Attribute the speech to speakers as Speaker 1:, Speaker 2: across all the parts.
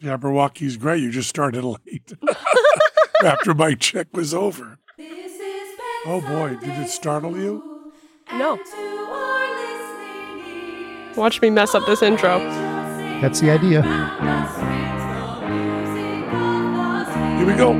Speaker 1: Yeah, Milwaukee's great. You just started late after my check was over. Oh boy, did it startle you?
Speaker 2: No. Watch me mess up this intro.
Speaker 3: That's the idea.
Speaker 1: Here we go.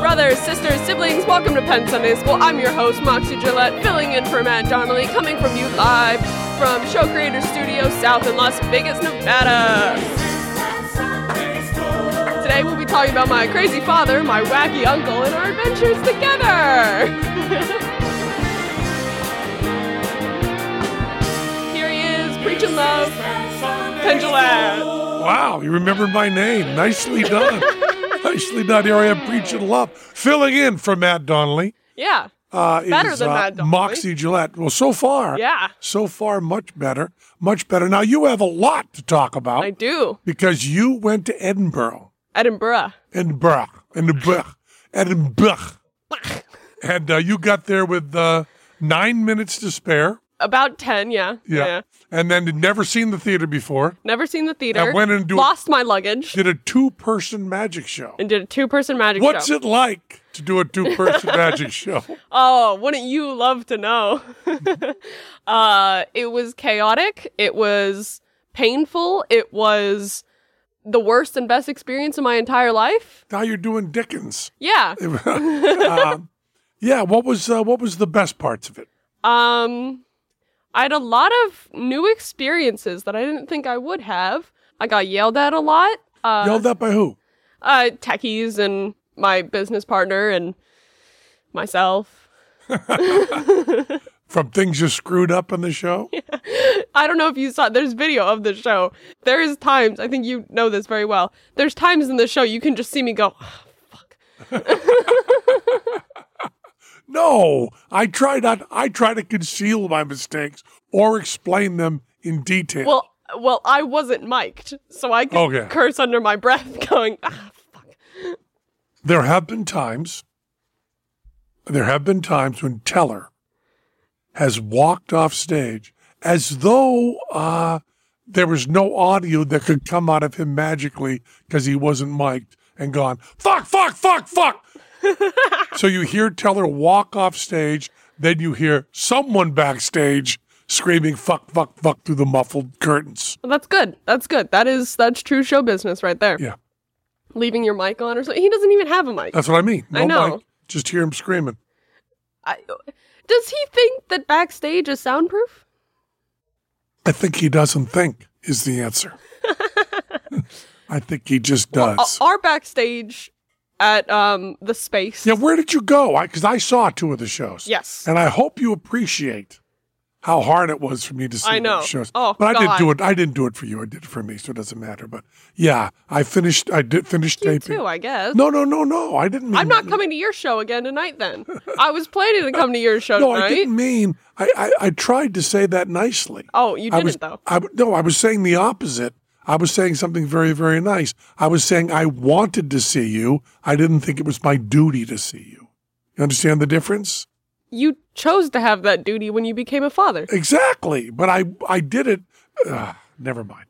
Speaker 2: Brothers, sisters, siblings, welcome to Penn Sunday School. I'm your host, Moxie Gillette, filling in for Matt Donnelly, coming from you live from Show Creator Studio South in Las Vegas, Nevada. Today we'll be talking about my crazy father, my wacky uncle, and our adventures together. Here he is, preaching love, Penn Gillette.
Speaker 1: Wow, you remembered my name. Nicely done. Nicely done. Here I am preaching love, filling in for Matt Donnelly.
Speaker 2: Yeah.
Speaker 1: Uh, it
Speaker 2: Better
Speaker 1: is,
Speaker 2: than
Speaker 1: uh,
Speaker 2: Matt Donnelly.
Speaker 1: Moxie Gillette. Well, so far,
Speaker 2: Yeah.
Speaker 1: so far, much better, much better. Now you have a lot to talk about
Speaker 2: I do.
Speaker 1: because you went to Edinburgh,
Speaker 2: Edinburgh.
Speaker 1: Edinburgh, Edinburgh, Edinburgh, and uh, you got there with uh, nine minutes to spare.
Speaker 2: About 10, yeah.
Speaker 1: Yeah. and then had never seen the theater before.
Speaker 2: Never seen the theater.
Speaker 1: I went into-
Speaker 2: Lost my luggage
Speaker 1: Did a two-person magic show.
Speaker 2: and did a two person magic
Speaker 1: What's
Speaker 2: show.
Speaker 1: it like to do a two-person magic show?
Speaker 2: Oh, wouldn't you love to know? uh, it was chaotic. It was painful. It was the worst and best experience of my entire life.
Speaker 1: Now you're doing Dickens.
Speaker 2: Yeah.
Speaker 1: um, yeah, what was uh, what was the best parts of it?
Speaker 2: Um, I had a lot of new experiences that I didn't think I would have. I got yelled at a lot. Uh,
Speaker 1: Yelled at by who?
Speaker 2: uh, techies and my business partner and myself.
Speaker 1: From things you screwed up on the show?
Speaker 2: I don't know if you saw. There's video of the show. There is times. I think you know this very well. There's times in the show you can just see me go. "Ah, fuck.
Speaker 1: No, I try not. I try to conceal my mistakes or explain them in detail.
Speaker 2: Well, well, I wasn't mic'd, so I could
Speaker 1: Okay.
Speaker 2: curse under my breath, going, ah, fuck.
Speaker 1: there have been times. There have been times when Teller has walked off stage as though uh, there was no audio that could come out of him magically because he wasn't mic'd and gone, fuck, fuck, fuck, fuck. so you hear Teller walk off stage, then you hear someone backstage screaming, fuck, fuck, fuck through the muffled curtains.
Speaker 2: Well, that's good. That's good. That is that's true show business right there.
Speaker 1: Yeah,
Speaker 2: Leaving your mic on or something. He doesn't even have a mic.
Speaker 1: that's what I mean. No
Speaker 2: I know.
Speaker 1: mic, just hear him screaming.
Speaker 2: I, does he think that backstage is soundproof?
Speaker 1: I think he doesn't think is the answer. I think he just does.
Speaker 2: O- Uh, Our backstage at um the space.
Speaker 1: yeah, where did you go? Because I, saw two of the shows.
Speaker 2: Yes.
Speaker 1: and I hope you appreciate how hard it was for me to see
Speaker 2: I know.
Speaker 1: those shows.
Speaker 2: Oh,
Speaker 1: but I didn't
Speaker 2: God.
Speaker 1: do it. I didn't do it for you. I did it for me, so it doesn't matter. But yeah, I finished. I did finish
Speaker 2: you
Speaker 1: taping.
Speaker 2: too, I guess.
Speaker 1: no, no, no, no. I didn't. Mean
Speaker 2: I'm not
Speaker 1: that.
Speaker 2: coming to your show again tonight. Then I was planning to come to your show
Speaker 1: No, I
Speaker 2: tonight.
Speaker 1: didn't mean. I, I I tried to say that nicely.
Speaker 2: Oh, you
Speaker 1: I
Speaker 2: didn't
Speaker 1: was,
Speaker 2: though.
Speaker 1: I, no, I was saying the opposite. I was saying something very, very nice. I was saying I wanted to see you. I didn't think it was my duty to see you. You understand the difference?
Speaker 2: You chose to have that duty when you became a father.
Speaker 1: Exactly. But I, I did it. Ugh, never mind.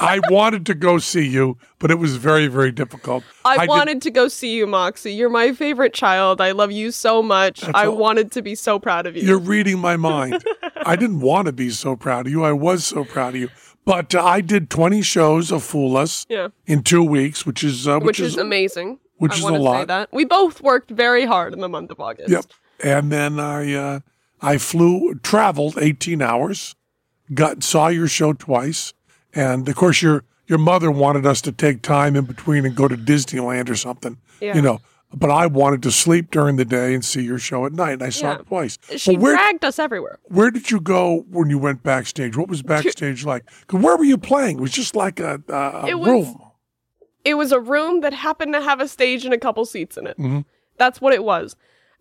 Speaker 1: I wanted to go see you, but it was very, very difficult.
Speaker 2: I,
Speaker 1: did-
Speaker 2: wanted to go see you, Moxie. You're my favorite child. I love you so much. I
Speaker 1: all.
Speaker 2: wanted to be so proud of you.
Speaker 1: You're reading my mind. I didn't want to be so proud of you. I was so proud of you. But uh, I did 20 shows of Fool Us
Speaker 2: Yeah.
Speaker 1: in two weeks, which is uh,
Speaker 2: Which,
Speaker 1: which,
Speaker 2: is, amazing.
Speaker 1: which
Speaker 2: I
Speaker 1: is a
Speaker 2: wanna Say
Speaker 1: lot.
Speaker 2: that. We both worked very hard in the month of August.
Speaker 1: Yep. And then I uh, I flew traveled 18 hours, got saw your show twice, and of course your your mother wanted us to take time in between and go to Disneyland or something.
Speaker 2: Yeah.
Speaker 1: You know, but I wanted to sleep during the day and see your show at night, and I saw
Speaker 2: Yeah.
Speaker 1: it twice.
Speaker 2: She
Speaker 1: But where
Speaker 2: dragged us everywhere.
Speaker 1: where did you go when you went backstage? What was backstage like? 'Cause where were you playing? It was just like a, a, a
Speaker 2: It was-
Speaker 1: room.
Speaker 2: It was a room that happened to have a stage and a couple seats in it.
Speaker 1: Mhm.
Speaker 2: That's what it was.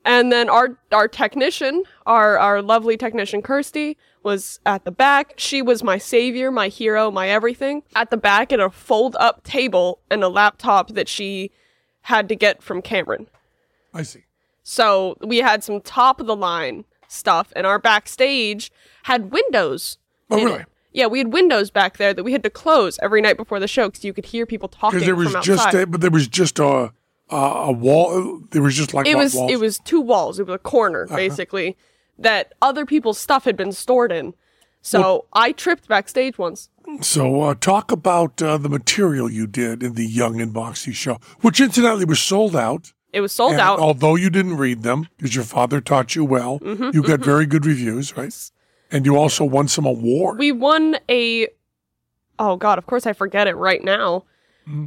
Speaker 2: And then our our technician, our our lovely technician Kirsty, was at the back. She was my savior, my hero, my everything. At the back at a fold up table and a laptop that she had to get from Cameron.
Speaker 1: I see.
Speaker 2: So we had some top of the line stuff, and our backstage had windows.
Speaker 1: Oh,
Speaker 2: in it.
Speaker 1: really?
Speaker 2: Yeah, we had windows back there that we had to close every night before the show because you could hear people talking
Speaker 1: Because there was
Speaker 2: from
Speaker 1: just
Speaker 2: outside.
Speaker 1: a, but there was just a a, a wall. There was just like
Speaker 2: it
Speaker 1: wa-
Speaker 2: was
Speaker 1: walls. Uh-huh.
Speaker 2: it was two walls. It was a corner basically that other people's stuff had been stored in. So I tripped backstage once.
Speaker 1: So, uh, talk about uh, the material you did in the Young and Moxie show, which incidentally was sold out.
Speaker 2: It was sold
Speaker 1: And
Speaker 2: out.
Speaker 1: Although you didn't read them, because your father taught you well,
Speaker 2: Mm-hmm.
Speaker 1: you got very good reviews, right? And you also won some awards.
Speaker 2: we won a oh god of course i forget it right now
Speaker 1: Mm-hmm.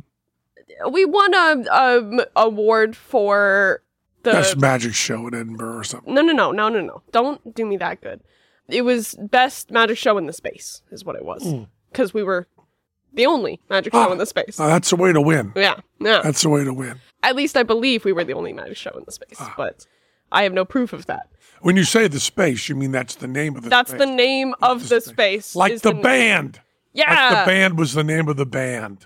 Speaker 2: we won a, a m- award for the
Speaker 1: Best magic show in Edinburgh or something.
Speaker 2: no no no no no no don't do me that good it was best magic show in the space is what it was because we were the only magic show
Speaker 1: Mm. Ah.
Speaker 2: in the space
Speaker 1: Now, that's the way to win.
Speaker 2: yeah yeah
Speaker 1: That's the way to win.
Speaker 2: at least i believe we were the only magic show in the space
Speaker 1: Ah.
Speaker 2: but i have no proof of that
Speaker 1: When you say the space, you mean that's the name of the
Speaker 2: that's
Speaker 1: space.
Speaker 2: the name of the space
Speaker 1: like
Speaker 2: is
Speaker 1: the
Speaker 2: n-
Speaker 1: band.
Speaker 2: yeah
Speaker 1: Like the band was the name of the band.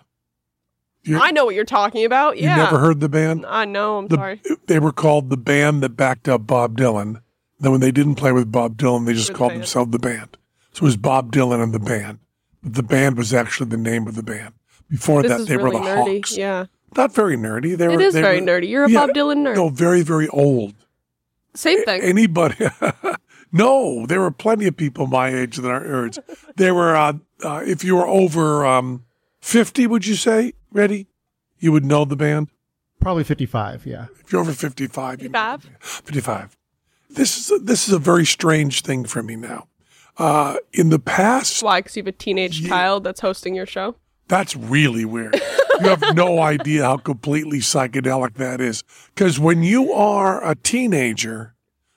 Speaker 1: You,
Speaker 2: i know what you're talking about
Speaker 1: you
Speaker 2: yeah
Speaker 1: never heard the band?
Speaker 2: i know i'm
Speaker 1: the,
Speaker 2: sorry
Speaker 1: They were called the band that backed up Bob Dylan. Then when they didn't play with Bob Dylan, they just
Speaker 2: With the
Speaker 1: called
Speaker 2: band.
Speaker 1: themselves the band. So it was Bob Dylan and the band. But the band was actually the name of the band. Before
Speaker 2: This
Speaker 1: that,
Speaker 2: is
Speaker 1: they
Speaker 2: really
Speaker 1: were the
Speaker 2: nerdy.
Speaker 1: Hawks.
Speaker 2: Yeah,
Speaker 1: Not very nerdy. They
Speaker 2: it
Speaker 1: were,
Speaker 2: is
Speaker 1: they
Speaker 2: very
Speaker 1: were-
Speaker 2: nerdy. You're a
Speaker 1: Yeah,
Speaker 2: Bob Dylan nerd.
Speaker 1: No, very, very old.
Speaker 2: Same thing.
Speaker 1: Anybody? no, there were plenty of people my age that are nerds. There were, uh, uh, if you were over um, 50, would you say, Ready? You would know the band?
Speaker 3: Probably 55, yeah.
Speaker 1: If you're over 55, you know the
Speaker 2: 55?
Speaker 1: band. 55. This is a, this is a very strange thing for me now. Uh, in the past,
Speaker 2: Why? Because you have a teenage child that's hosting your show.
Speaker 1: that's really weird. you have no idea how completely psychedelic that is. Because when you are a teenager,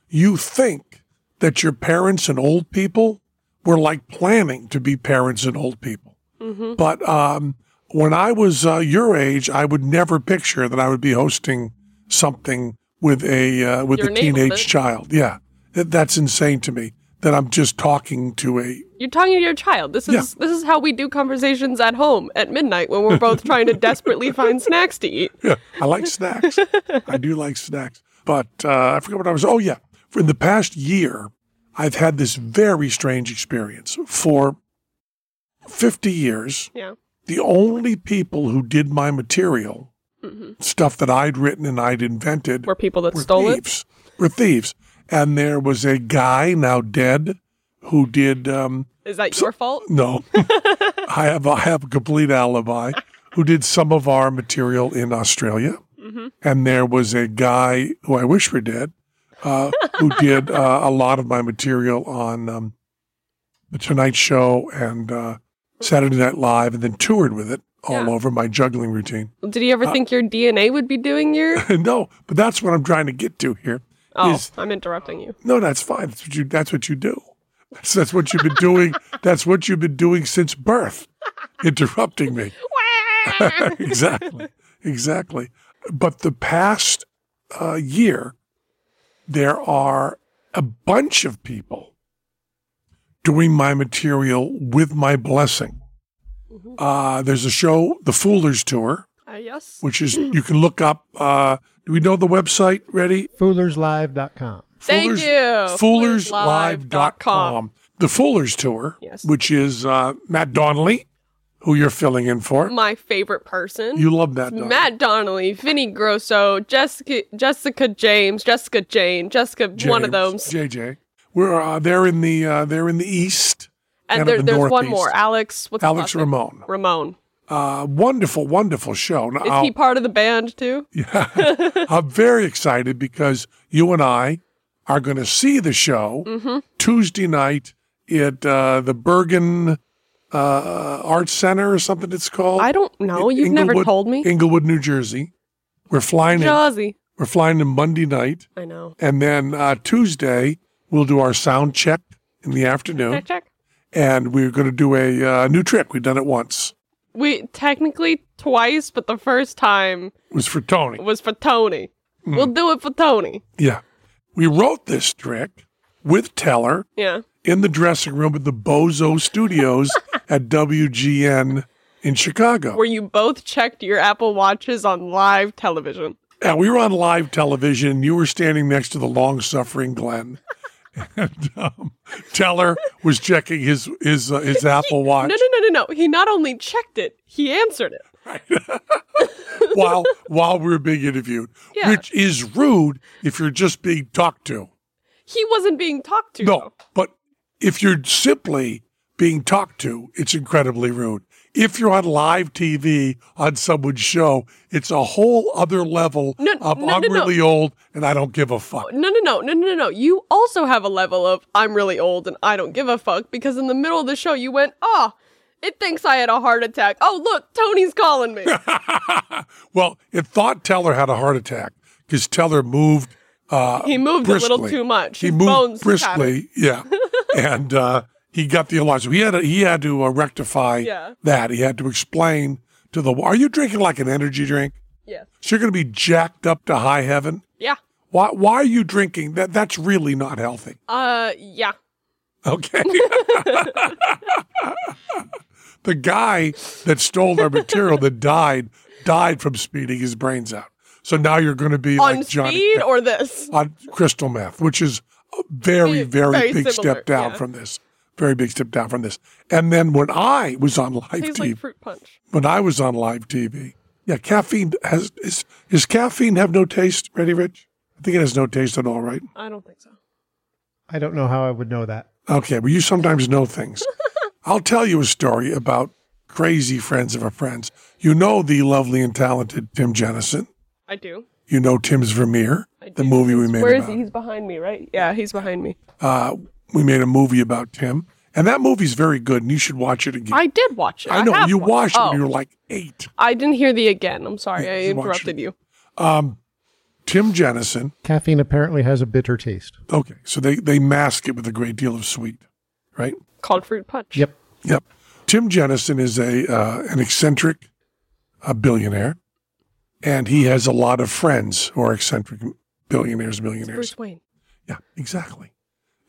Speaker 1: you think that your parents and old people were like planning to be parents and old people.
Speaker 2: Mm-hmm.
Speaker 1: But um, when I was uh, your age, I would never picture that I would be hosting something with a uh, with
Speaker 2: Your
Speaker 1: a
Speaker 2: neighborhood.
Speaker 1: teenage child. Yeah, That- that's insane to me. That I'm just talking to a
Speaker 2: You're talking to your child. This is
Speaker 1: Yeah.
Speaker 2: this is how we do conversations at home at midnight when we're both trying to desperately find snacks to eat.
Speaker 1: yeah, I like snacks. I do like snacks. But uh, I forget what I was. Oh, yeah. For in the past year, I've had this very strange experience. For 50 years,
Speaker 2: Yeah.
Speaker 1: the only people who did my material, stuff that I'd written and I'd invented,
Speaker 2: Mm-hmm. Were people that stole it?
Speaker 1: thieves. Were thieves. And there was a guy now dead who did um,
Speaker 2: Is that your fault?
Speaker 1: no, I have I have a complete alibi. Who did some of our material in Australia?
Speaker 2: Mm-hmm.
Speaker 1: And there was a guy who I wish were dead, uh, who did uh, a lot of my material on um, the Tonight Show and uh, Saturday Night Live, and then toured with it all
Speaker 2: Yeah.
Speaker 1: over my juggling routine.
Speaker 2: Did he ever
Speaker 1: Uh,
Speaker 2: think your DNA would be doing your?
Speaker 1: no, but that's what I'm trying to get to here.
Speaker 2: Oh,
Speaker 1: is-
Speaker 2: I'm interrupting you.
Speaker 1: No, that's fine. That's what you. That's what you do. That's, that's what you've been doing. that's what you've been doing since birth. Interrupting me. exactly. Exactly. But the past uh, year, there are a bunch of people doing my material with my blessing.
Speaker 2: Mm-hmm.
Speaker 1: Uh, there's a show, The Foolers Tour,
Speaker 2: Uh, yes.
Speaker 1: which is you can look up. Uh, do we know the website? Ready?
Speaker 3: Foolerslive.com.
Speaker 2: Thank you.
Speaker 1: Foolerslive.com. The Foolers Tour,
Speaker 2: Yes.
Speaker 1: which is uh, Matt Donnelly, who you're filling in for.
Speaker 2: My favorite person.
Speaker 1: you love Matt Donnelly.
Speaker 2: Mm-hmm. Matt Donnelly, Vinny Grosso, Jessica, Jessica James, Jessica Jane, Jessica, one
Speaker 1: James,
Speaker 2: of those.
Speaker 1: JJ. We're uh, they're in the uh, they're in the East
Speaker 2: And
Speaker 1: Out of
Speaker 2: there,
Speaker 1: the
Speaker 2: there's one
Speaker 1: Northeast.
Speaker 2: more. Alex. What's his
Speaker 1: Alex
Speaker 2: last name?
Speaker 1: Ramon.
Speaker 2: Ramon.
Speaker 1: Uh, wonderful, wonderful show. Now,
Speaker 2: Is
Speaker 1: I'll-
Speaker 2: he part of the band too?
Speaker 1: Yeah. I'm very excited because you and I are going to see the show
Speaker 2: Mm-hmm.
Speaker 1: Tuesday night at uh, the Bergen uh, Arts Center or something it's called.
Speaker 2: I don't know. You've never
Speaker 1: Inglewood-
Speaker 2: told me.
Speaker 1: Inglewood, New Jersey. We're flying in.
Speaker 2: Jazzy.
Speaker 1: We're flying in Monday night.
Speaker 2: I know.
Speaker 1: And then uh, Tuesday, we'll do our sound check in the afternoon.
Speaker 2: Check check.
Speaker 1: and we're going to do a uh, new trick. We've done it once.
Speaker 2: We technically twice, but the first time
Speaker 1: It was for Tony.
Speaker 2: was for Tony.
Speaker 1: Hmm.
Speaker 2: We'll do it for Tony.
Speaker 1: Yeah. We wrote this trick with Teller
Speaker 2: Yeah.
Speaker 1: in the dressing room at the Bozo Studios at WGN in Chicago.
Speaker 2: Where you both checked your Apple Watches on live television.
Speaker 1: and we were on live television. You were standing next to the long suffering Glenn. and um, Teller was checking his his uh, his Apple Watch
Speaker 2: No, no, no, no, no. He not only checked it, he answered it.
Speaker 1: while while we were being interviewed,
Speaker 2: Yeah.
Speaker 1: which is rude if you're just being talked to.
Speaker 2: He wasn't being talked to.
Speaker 1: No,
Speaker 2: though.
Speaker 1: but if you're simply being talked to, it's incredibly rude. If you're on live TV on someone's show, it's a whole other level
Speaker 2: No,
Speaker 1: of
Speaker 2: no, no,
Speaker 1: I'm
Speaker 2: no.
Speaker 1: really old and I don't give a fuck.
Speaker 2: No, no, no, no, no, no, no. You also have a level of I'm really old and I don't give a fuck because in the middle of the show you went, oh, it thinks I had a heart attack. Oh, look, Tony's calling me.
Speaker 1: well, it thought Teller had a heart attack because Teller moved. Uh,
Speaker 2: He moved a little
Speaker 1: briskly.
Speaker 2: too much.
Speaker 1: He
Speaker 2: His
Speaker 1: moved
Speaker 2: bones
Speaker 1: briskly, yeah, and uh, he got the alarm. So he had to, he had to uh, rectify
Speaker 2: Yeah.
Speaker 1: that. He had to explain to the. Are you drinking like an energy drink?
Speaker 2: Yes.
Speaker 1: So you're going to be jacked up to high heaven.
Speaker 2: Yeah.
Speaker 1: Why? Why are you drinking? That that's really not healthy.
Speaker 2: Uh, yeah.
Speaker 1: Okay. the guy that stole our material that died died from speeding his brains out. So now you're going to be
Speaker 2: On
Speaker 1: like Johnny
Speaker 2: speed or this?
Speaker 1: on crystal meth, which is a very, very,
Speaker 2: Very
Speaker 1: big
Speaker 2: similar,
Speaker 1: step down
Speaker 2: yeah.
Speaker 1: from this. Very big step down from this. And then when I was on live TV,
Speaker 2: Tastes like fruit punch.
Speaker 1: when I was on live TV. Yeah, caffeine has is is caffeine have no taste, Ready Rich? I think it has no taste at all, right?
Speaker 2: I don't think so.
Speaker 3: I don't know how I would know that.
Speaker 1: Okay, but you sometimes know things. I'll tell you a story about crazy friends of our friends. You know the lovely and talented Tim Jennison.
Speaker 2: I do.
Speaker 1: You know Tim's Vermeer,
Speaker 2: I do.
Speaker 1: the movie we made
Speaker 2: Where is
Speaker 1: about
Speaker 2: he? He's behind me, right? Yeah, he's behind me.
Speaker 1: uh we made a movie about Tim. And that movie's very good and you should watch it again.
Speaker 2: I did watch it.
Speaker 1: I know
Speaker 2: have
Speaker 1: you
Speaker 2: watched
Speaker 1: watched it when you
Speaker 2: Oh,
Speaker 1: were like eight.
Speaker 2: I didn't hear the again. I'm sorry.
Speaker 1: Yeah,
Speaker 2: I
Speaker 1: you watched
Speaker 2: interrupted you.
Speaker 1: Um Tim Jennison
Speaker 3: Caffeine apparently has a bitter taste.
Speaker 1: Okay, so they they mask it with a great deal of sweet, right?
Speaker 2: Called fruit punch.
Speaker 3: Yep.
Speaker 1: Yep. Tim Jennison is a uh, an eccentric, a billionaire, and he has a lot of friends who are eccentric billionaires, millionaires.
Speaker 2: Bruce Wayne.
Speaker 1: Yeah, exactly.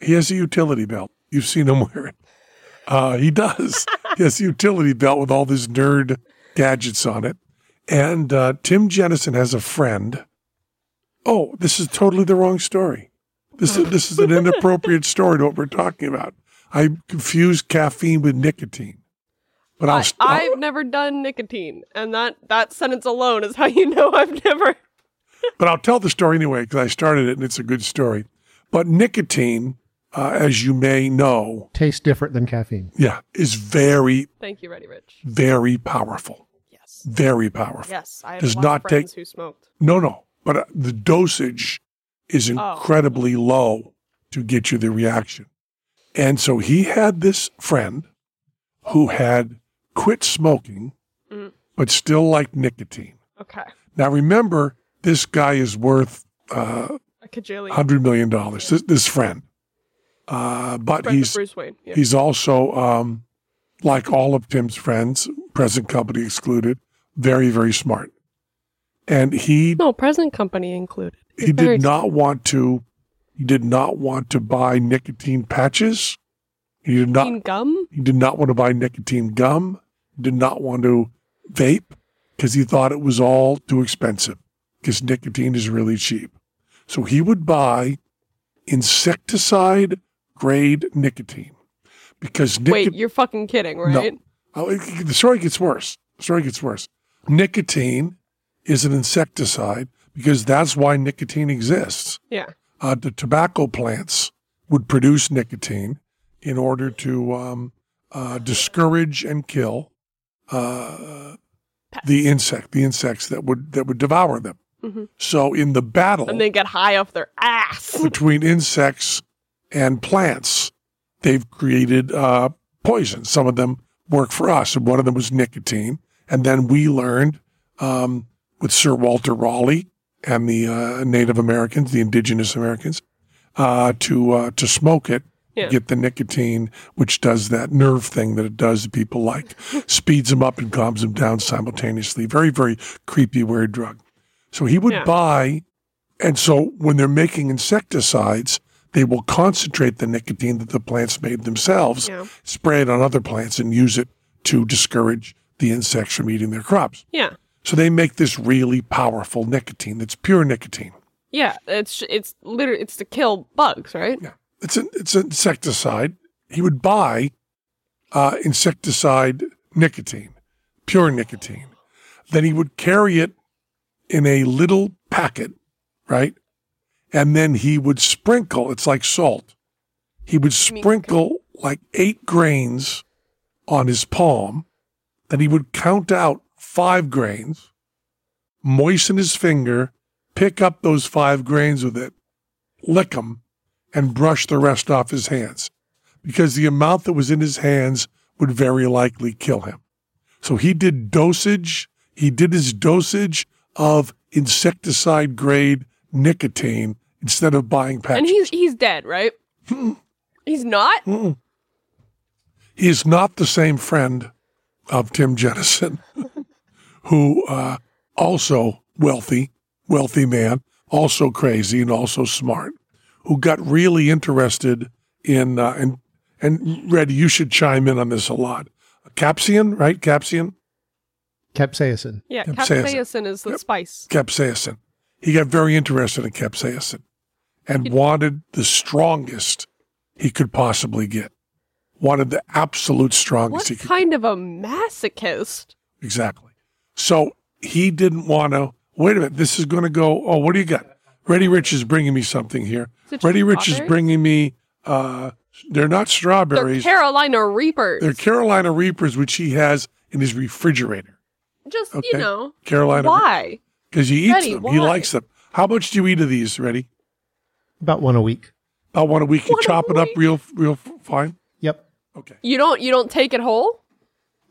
Speaker 1: He has a utility belt. You've seen him wear it. Uh, he does. he has a utility belt with all these nerd gadgets on it. And uh, Tim Jennison has a friend. Oh, this is totally the wrong story. This is this is an inappropriate story to what we're talking about. I confused caffeine with nicotine. But I'll,
Speaker 2: I,
Speaker 1: st- I'll-
Speaker 2: I've never done nicotine, and that that sentence alone is how you know I've never.
Speaker 1: but I'll tell the story anyway because I started it and it's a good story. But nicotine, uh, as you may know,
Speaker 3: Tastes different than caffeine.
Speaker 1: yeah, is very
Speaker 2: Thank you, Ready Rich.
Speaker 1: very powerful.
Speaker 2: Yes,
Speaker 1: Very powerful.
Speaker 2: yes. I have
Speaker 1: Does
Speaker 2: a lot of
Speaker 1: not
Speaker 2: friends
Speaker 1: take-
Speaker 2: who smoked.
Speaker 1: No, no. But uh, the dosage is
Speaker 2: Oh.
Speaker 1: incredibly low to get you the reaction. And so he had this friend who had quit smoking,
Speaker 2: Mm.
Speaker 1: but still liked nicotine.
Speaker 2: Okay,
Speaker 1: Now, remember, this guy is worth uh,
Speaker 2: a cajillion.
Speaker 1: $100 million, this, this friend. Uh, but
Speaker 2: Friend of
Speaker 1: he's
Speaker 2: Bruce Wayne. Yeah.
Speaker 1: He's also, um, like all of Tim's friends, present company excluded, very, very smart. And he
Speaker 2: No, present company included.
Speaker 1: he did not want to he did not want to buy nicotine patches. He did not
Speaker 2: gum.
Speaker 1: he did not want to buy nicotine gum, did not want to vape because he thought it was all too expensive because nicotine is really cheap. So he would buy insecticide grade nicotine because
Speaker 2: Wait,
Speaker 1: nicotine.
Speaker 2: you're fucking kidding, right?
Speaker 1: Oh, it- the story gets worse. The story gets worse. Nicotine is an insecticide because that's why nicotine exists
Speaker 2: Yeah.
Speaker 1: uh, the tobacco plants would produce nicotine in order to um, uh, discourage and kill uh, the insect, the insects that would that would devour them.
Speaker 2: Mhm.
Speaker 1: So in the battle
Speaker 2: and they get high off their ass.
Speaker 1: between insects and plants, they've created uh, poison. Some of them work for us, and one of them was nicotine. And then we learned um, with Sir Walter Raleigh and the uh, Native Americans, the indigenous Americans, uh, to uh, to smoke it,
Speaker 2: Yeah.
Speaker 1: get the nicotine, which does that nerve thing that it does that people like, speeds them up and calms them down simultaneously. Very, very creepy, weird drug. So he would
Speaker 2: Yeah.
Speaker 1: buy, and so when they're making insecticides, they will concentrate the nicotine that the plants made themselves,
Speaker 2: Yeah.
Speaker 1: spray it on other plants, and use it to discourage the insects from eating their crops.
Speaker 2: Yeah.
Speaker 1: So they make this really powerful nicotine that's pure nicotine.
Speaker 2: Yeah, it's it's literally it's to kill bugs, right?
Speaker 1: Yeah, it's an it's an insecticide. He would buy uh, insecticide nicotine, pure nicotine. Then he would carry it in a little packet, right? And then he would sprinkle. It's like salt. He would sprinkle like eight grains on his palm. Then he would count out five grains, moisten his finger, pick up those five grains with it, lick them, and brush the rest off his hands because the amount that was in his hands would very likely kill him. So he did dosage, he did his dosage of insecticide grade nicotine instead of buying patches. Hmm.
Speaker 2: And he's he's dead, right? he's not.
Speaker 1: Mm-mm. He is not the same friend of Tim Jennison, who uh, also wealthy, wealthy man, also crazy and also smart, who got really interested in uh, and and Red, you should chime in on this a lot. Capsian, right? Capsian,
Speaker 3: Capsaicin.
Speaker 2: Yeah,
Speaker 1: Capsaicin.
Speaker 2: capsaicin is the spice.
Speaker 1: capsaicin. He got very interested in capsaicin and wanted the strongest he could possibly get. Wanted the absolute strongest
Speaker 2: What
Speaker 1: he could.
Speaker 2: kind of a masochist?
Speaker 1: Exactly. So he didn't want to. Wait a minute. This is going to go. Oh, what do you got? Ready Rich is bringing me something here.
Speaker 2: Is it
Speaker 1: Ready Rich is
Speaker 2: strawberry?
Speaker 1: bringing me. Uh, they're not
Speaker 2: They're
Speaker 1: strawberries.
Speaker 2: Carolina Reapers.
Speaker 1: They're Carolina Reapers, which he has in his refrigerator.
Speaker 2: Just
Speaker 1: Okay.
Speaker 2: you know
Speaker 1: Carolina.
Speaker 2: why?
Speaker 1: Because he eats
Speaker 2: Ready,
Speaker 1: them. He
Speaker 2: why?
Speaker 1: likes them. How much do you eat of these, Ready?
Speaker 3: About one a week.
Speaker 1: About one a week. You
Speaker 2: One a
Speaker 1: chop it up
Speaker 2: week?
Speaker 1: real, real f- fine.
Speaker 3: Yep.
Speaker 1: Okay.
Speaker 2: You don't you don't take it whole.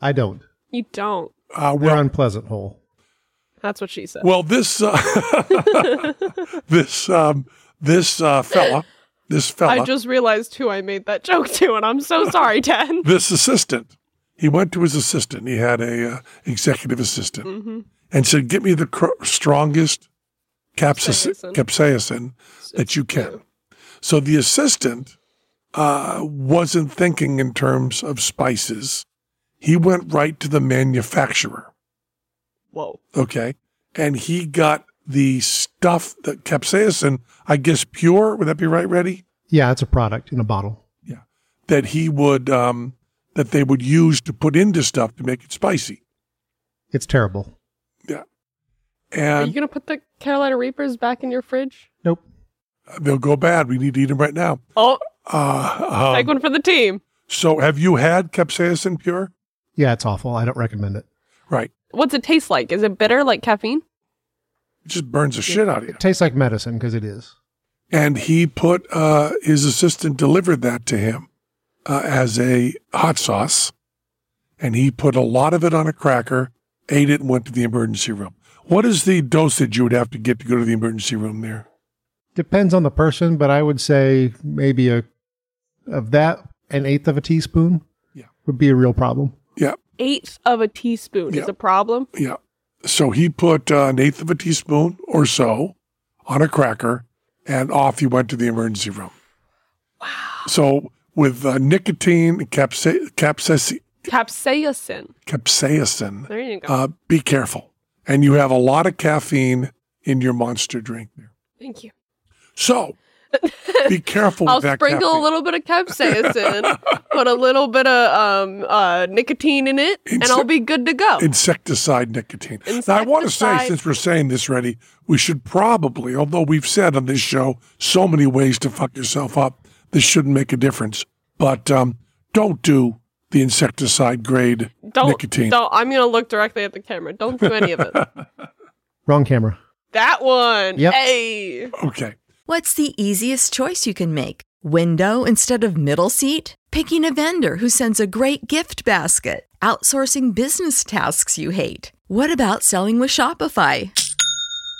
Speaker 3: I don't.
Speaker 2: You don't.
Speaker 1: Uh,
Speaker 3: We're
Speaker 1: well,
Speaker 3: on Pleasant Hole.
Speaker 2: That's what she said.
Speaker 1: Well, this uh, this um, this uh, fella, this fella,
Speaker 2: I just realized who I made that joke to, and I'm so sorry, Dan.
Speaker 1: this assistant. He went to his assistant. He had a uh, executive assistant and said, "Get me the cr- strongest capsaicin,
Speaker 2: Capsaicin.
Speaker 1: capsaicin that you can." So the assistant uh, wasn't thinking in terms of spices. He went right to the manufacturer.
Speaker 2: Whoa.
Speaker 1: Okay. And he got the stuff, the capsaicin, I guess pure, would that be right, Reddy?
Speaker 3: Yeah, it's a product in a bottle.
Speaker 1: That he would, um, that they would use to put into stuff to make it spicy.
Speaker 3: It's terrible.
Speaker 2: Are you
Speaker 1: And
Speaker 2: gonna put the Carolina Reapers back in your fridge?
Speaker 3: Nope.
Speaker 1: they'll go bad. We need to eat them right now.
Speaker 2: Oh,
Speaker 1: Uh,
Speaker 2: take
Speaker 1: um,
Speaker 2: one for the team.
Speaker 1: so have you had capsaicin pure?
Speaker 3: Yeah, it's awful. I don't recommend it.
Speaker 1: Right.
Speaker 2: What's it taste like? Is it bitter like caffeine?
Speaker 1: It just burns the shit out of you.
Speaker 3: It tastes like medicine because it is.
Speaker 1: And he put, uh, his assistant delivered that to him uh, as a hot sauce. And he put a lot of it on a cracker, ate it, and went to the emergency room. What is the dosage you would have to get to go to the emergency room there?
Speaker 3: Depends on the person, but I would say maybe a of that an eighth of a teaspoon
Speaker 1: Yeah.
Speaker 3: would be a real problem.
Speaker 1: Yeah,
Speaker 2: Eighth of a teaspoon
Speaker 1: Yeah.
Speaker 2: is a problem.
Speaker 1: yeah. So he put uh, an eighth of a teaspoon or so on a cracker, and off he went to the emergency room. Wow. So with uh, nicotine, capsa- capsa-
Speaker 2: Capsaicin.
Speaker 1: capsaicin,
Speaker 2: There you go.
Speaker 1: uh, be careful. And you have a lot of caffeine in your monster drink there.
Speaker 2: Thank you.
Speaker 1: So be careful
Speaker 2: I'll
Speaker 1: with that
Speaker 2: sprinkle
Speaker 1: caffeine.
Speaker 2: a little bit of capsaicin, put a little bit of um, uh, nicotine in it, and
Speaker 1: Inse-
Speaker 2: I'll be good to go.
Speaker 1: Insecticide nicotine. Now, I want to say,
Speaker 2: Insecticide.
Speaker 1: since we're saying this ready, we should probably, although we've said on this show so many ways to fuck yourself up, this shouldn't make a difference. But um, don't do the insecticide grade
Speaker 2: Don't
Speaker 1: nicotine.
Speaker 2: don't. I'm gonna look directly at the camera. Don't do any of it.
Speaker 3: Wrong camera.
Speaker 2: that one.
Speaker 3: Yep.
Speaker 2: Hey.
Speaker 1: Okay.
Speaker 4: What's the easiest choice you can make? Window instead of middle seat? Picking a vendor who sends a great gift basket? Outsourcing business tasks you hate? What about selling with Shopify?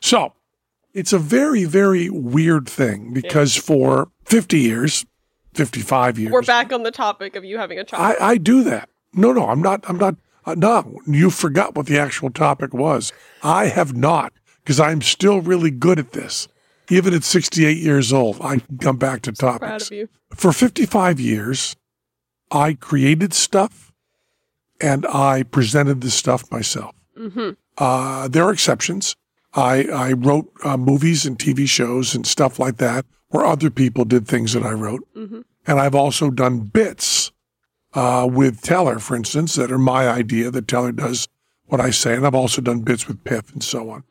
Speaker 1: So it's a very, very weird thing because for 50 years, 55 years,
Speaker 2: We're back on the topic of you having a child.
Speaker 1: I, I do that. No, no, I'm not. I'm not. Uh, no, you forgot what the actual topic was. I have not because I'm still really good at this. Even at 68 years old, I can come back to
Speaker 2: Proud
Speaker 1: topics.
Speaker 2: of you.
Speaker 1: For 55 years, I created stuff and I presented the stuff myself.
Speaker 2: Mm-hmm.
Speaker 1: Uh, there are exceptions. I, I wrote uh, movies and TV shows and stuff like that where other people did things that I wrote.
Speaker 2: Mhm.
Speaker 1: And I've also done bits uh, with Teller, for instance, that are my idea that Teller does what I say. And I've also done bits with Piff and so on.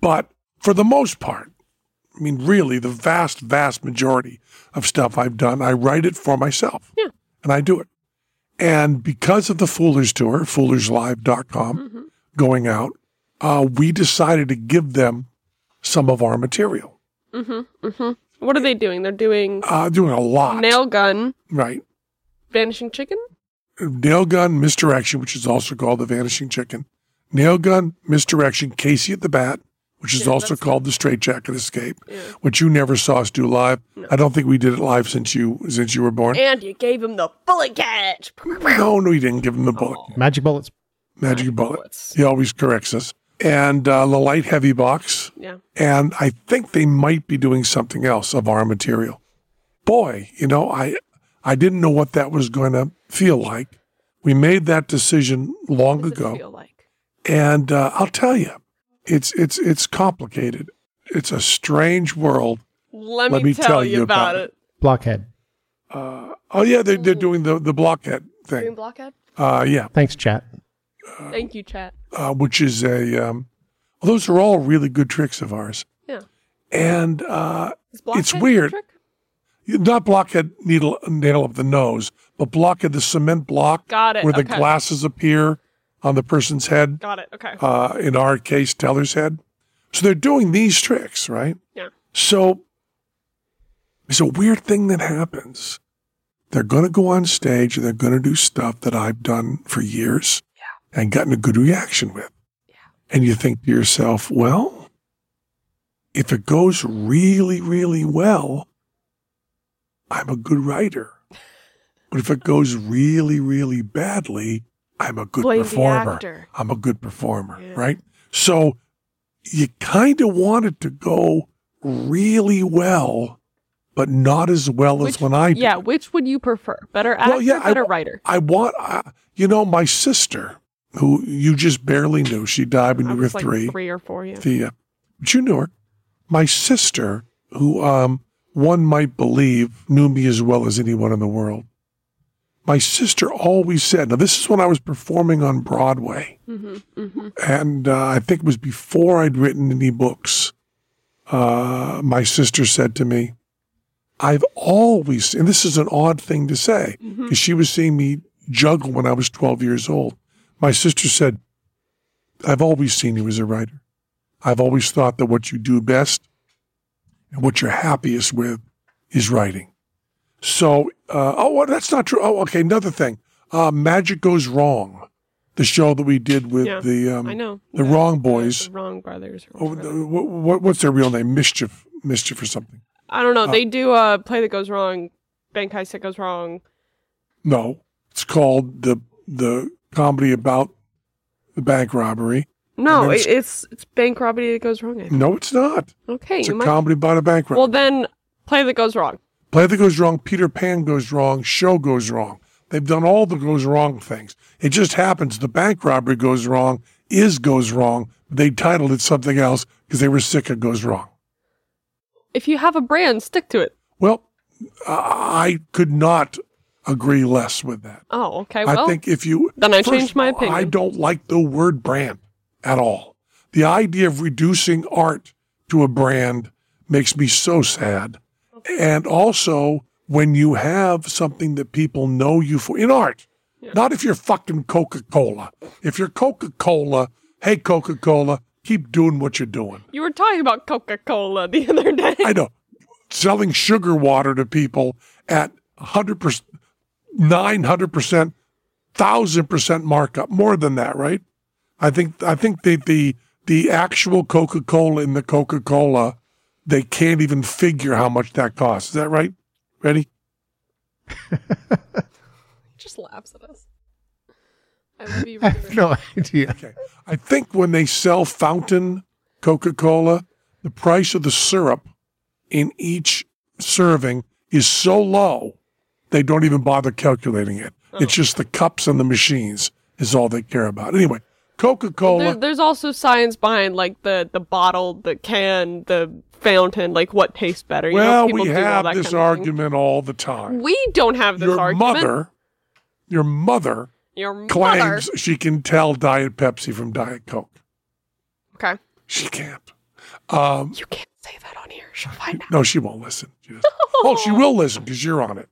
Speaker 1: But for the most part, I mean, really, the vast, vast majority of stuff I've done, I write it for myself.
Speaker 2: Yeah.
Speaker 1: And I do it. And because of the Foolers Tour, foolerslive.com,
Speaker 2: Mm-hmm.
Speaker 1: going out, uh, we decided to give them some of our material.
Speaker 2: Mm-hmm. Mm-hmm. What are they doing? They're doing
Speaker 1: Uh, doing a lot,
Speaker 2: nail gun,
Speaker 1: right?
Speaker 2: vanishing chicken.
Speaker 1: Nail Gun Misdirection, which is also called The Vanishing Chicken. Nail Gun Misdirection, Casey at the Bat, which is
Speaker 2: Yeah,
Speaker 1: also
Speaker 2: that's-
Speaker 1: called The Straight Jacket Escape,
Speaker 2: Yeah.
Speaker 1: which you never saw us do live. I don't think we did it live since you since you were born.
Speaker 2: And you gave him the bullet catch.
Speaker 1: no, no, he didn't give him the bullet.
Speaker 2: Oh,
Speaker 3: Magic bullets.
Speaker 1: Magic bullet.
Speaker 2: bullets.
Speaker 1: He always corrects us. And uh, the light heavy box,
Speaker 2: Yeah.
Speaker 1: and I think they might be doing something else of our material. Boy, you know, I I didn't know what that was going to feel like. We made that decision long
Speaker 2: What does
Speaker 1: ago,
Speaker 2: it feel like?
Speaker 1: and uh, I'll tell you, it's it's it's complicated. It's a strange world.
Speaker 2: Let, me, tell, you about, it.
Speaker 3: Blockhead.
Speaker 1: Uh, oh yeah, they're,
Speaker 2: Mm.
Speaker 1: they're doing the the blockhead
Speaker 2: Green
Speaker 1: thing.
Speaker 2: blockhead.
Speaker 1: Uh, yeah,
Speaker 3: Thanks, chat.
Speaker 2: Thank you, chat.
Speaker 1: uh, which is a um, those are all really good tricks of ours.
Speaker 2: Yeah.
Speaker 1: And uh,
Speaker 2: Is blockhead
Speaker 1: weird.
Speaker 2: Trick?
Speaker 1: not blockhead needle nail up the nose, but blockhead the cement block
Speaker 2: Got it.
Speaker 1: where the
Speaker 2: okay.
Speaker 1: glasses appear on the person's head.
Speaker 2: Got it. Okay.
Speaker 1: Uh, in our case, Teller's head. So they're doing these tricks, right?
Speaker 2: Yeah.
Speaker 1: So it's a weird thing that happens. They're going to go on stage and they're going to do stuff that I've done for years and gotten a good reaction with. And you think to yourself, well, if it goes really, really well, I'm a good writer. But if it goes really, really badly, I'm a good
Speaker 2: Blame the
Speaker 1: performer.
Speaker 2: actor.
Speaker 1: I'm a good performer,
Speaker 2: Yeah.
Speaker 1: right? So you kind of want it to go really well, but not as well
Speaker 2: Which-
Speaker 1: as when I did.
Speaker 2: Yeah. Which would you prefer? Better actor,
Speaker 1: Well, yeah, I-
Speaker 2: better writer?
Speaker 1: I want, I, you know, my sister, who you just barely knew, she died when
Speaker 2: I
Speaker 1: you were
Speaker 2: was like
Speaker 1: three.
Speaker 2: three or four. Yeah.
Speaker 1: The, uh, but you knew her. My sister, who um, one might believe knew me as well as anyone in the world. My sister always said, now this is when I was performing on Broadway
Speaker 2: Mm-hmm. Mm-hmm.
Speaker 1: and uh, I think it was before I'd written any books. Uh, my sister said to me, I've always, and this is an odd thing to say,
Speaker 2: Mm-hmm.
Speaker 1: 'cause she was seeing me juggle when I was 12 years old. My sister said, I've always seen you as a writer. I've always thought that what you do best and what you're happiest with is writing. So, uh, oh, well, that's not true. Oh, okay. Another thing, uh, Magic Goes Wrong, the show that we did with
Speaker 2: Yeah,
Speaker 1: the um,
Speaker 2: I know.
Speaker 1: the
Speaker 2: Yeah.
Speaker 1: Wrong Boys.
Speaker 2: The wrong brothers. or
Speaker 1: Oh,
Speaker 2: whatever.
Speaker 1: the, what, what, what's their real name? Mischief, mischief or something.
Speaker 2: uh, I don't know. they do a play that goes wrong, bank heist that goes wrong,
Speaker 1: No, it's called the the comedy about the bank robbery.
Speaker 2: No,
Speaker 1: And
Speaker 2: it,
Speaker 1: it's-
Speaker 2: it's it's bank robbery that goes wrong. I think.
Speaker 1: No, it's not.
Speaker 2: Okay,
Speaker 1: It's
Speaker 2: you
Speaker 1: a
Speaker 2: might.
Speaker 1: comedy about a bank robbery.
Speaker 2: well, then play that goes wrong.
Speaker 1: Play that goes wrong. Peter Pan goes wrong. Show goes wrong. They've done all the goes wrong things. It just happens the bank robbery goes wrong. Is goes wrong. They titled it something else because they were sick of goes wrong.
Speaker 2: If you have a brand, stick to it.
Speaker 1: Well, I I could not agree less with that.
Speaker 2: Oh, okay.
Speaker 1: I
Speaker 2: Well,
Speaker 1: think if you
Speaker 2: then I
Speaker 1: first
Speaker 2: changed
Speaker 1: of
Speaker 2: my
Speaker 1: all, I
Speaker 2: opinion.
Speaker 1: don't like the word brand at all. The idea of reducing art to a brand makes me so sad. And also, when you have something that people know you for in art, not if you're fucking Coca Cola. If you're Coca Cola, hey Coca Cola, keep doing what you're doing.
Speaker 2: you were talking about Coca Cola the other day.
Speaker 1: I know. Selling sugar water to people at 100%, 900%, 1000% markup, more than that, right? I think I think the the, the actual Coca-Cola in the Coca-Cola, they can't even figure how much that costs. Is that right? Ready?
Speaker 2: just laughs at us. I would be
Speaker 3: I have no idea.
Speaker 1: Okay. I think when they sell fountain Coca-Cola, the price of the syrup in each serving is so low they don't even bother calculating it.
Speaker 2: Oh.
Speaker 1: It's just the cups and the machines is all they care about. Anyway, Coca-Cola.
Speaker 2: There, there's also science behind like the the bottle, the can, the fountain, like what tastes better. You know,
Speaker 1: well,
Speaker 2: people
Speaker 1: we
Speaker 2: do all
Speaker 1: have
Speaker 2: that
Speaker 1: this
Speaker 2: kind of thing.
Speaker 1: argument all the time.
Speaker 2: We don't have this
Speaker 1: your
Speaker 2: argument.
Speaker 1: mother, your mother
Speaker 2: Your mother.
Speaker 1: claims she can tell Diet Pepsi from Diet Coke.
Speaker 2: Okay.
Speaker 1: She can't. Um,
Speaker 2: You can't say that on here. She'll find out.
Speaker 1: No, she won't listen. She doesn't. oh, she will listen because you're on it.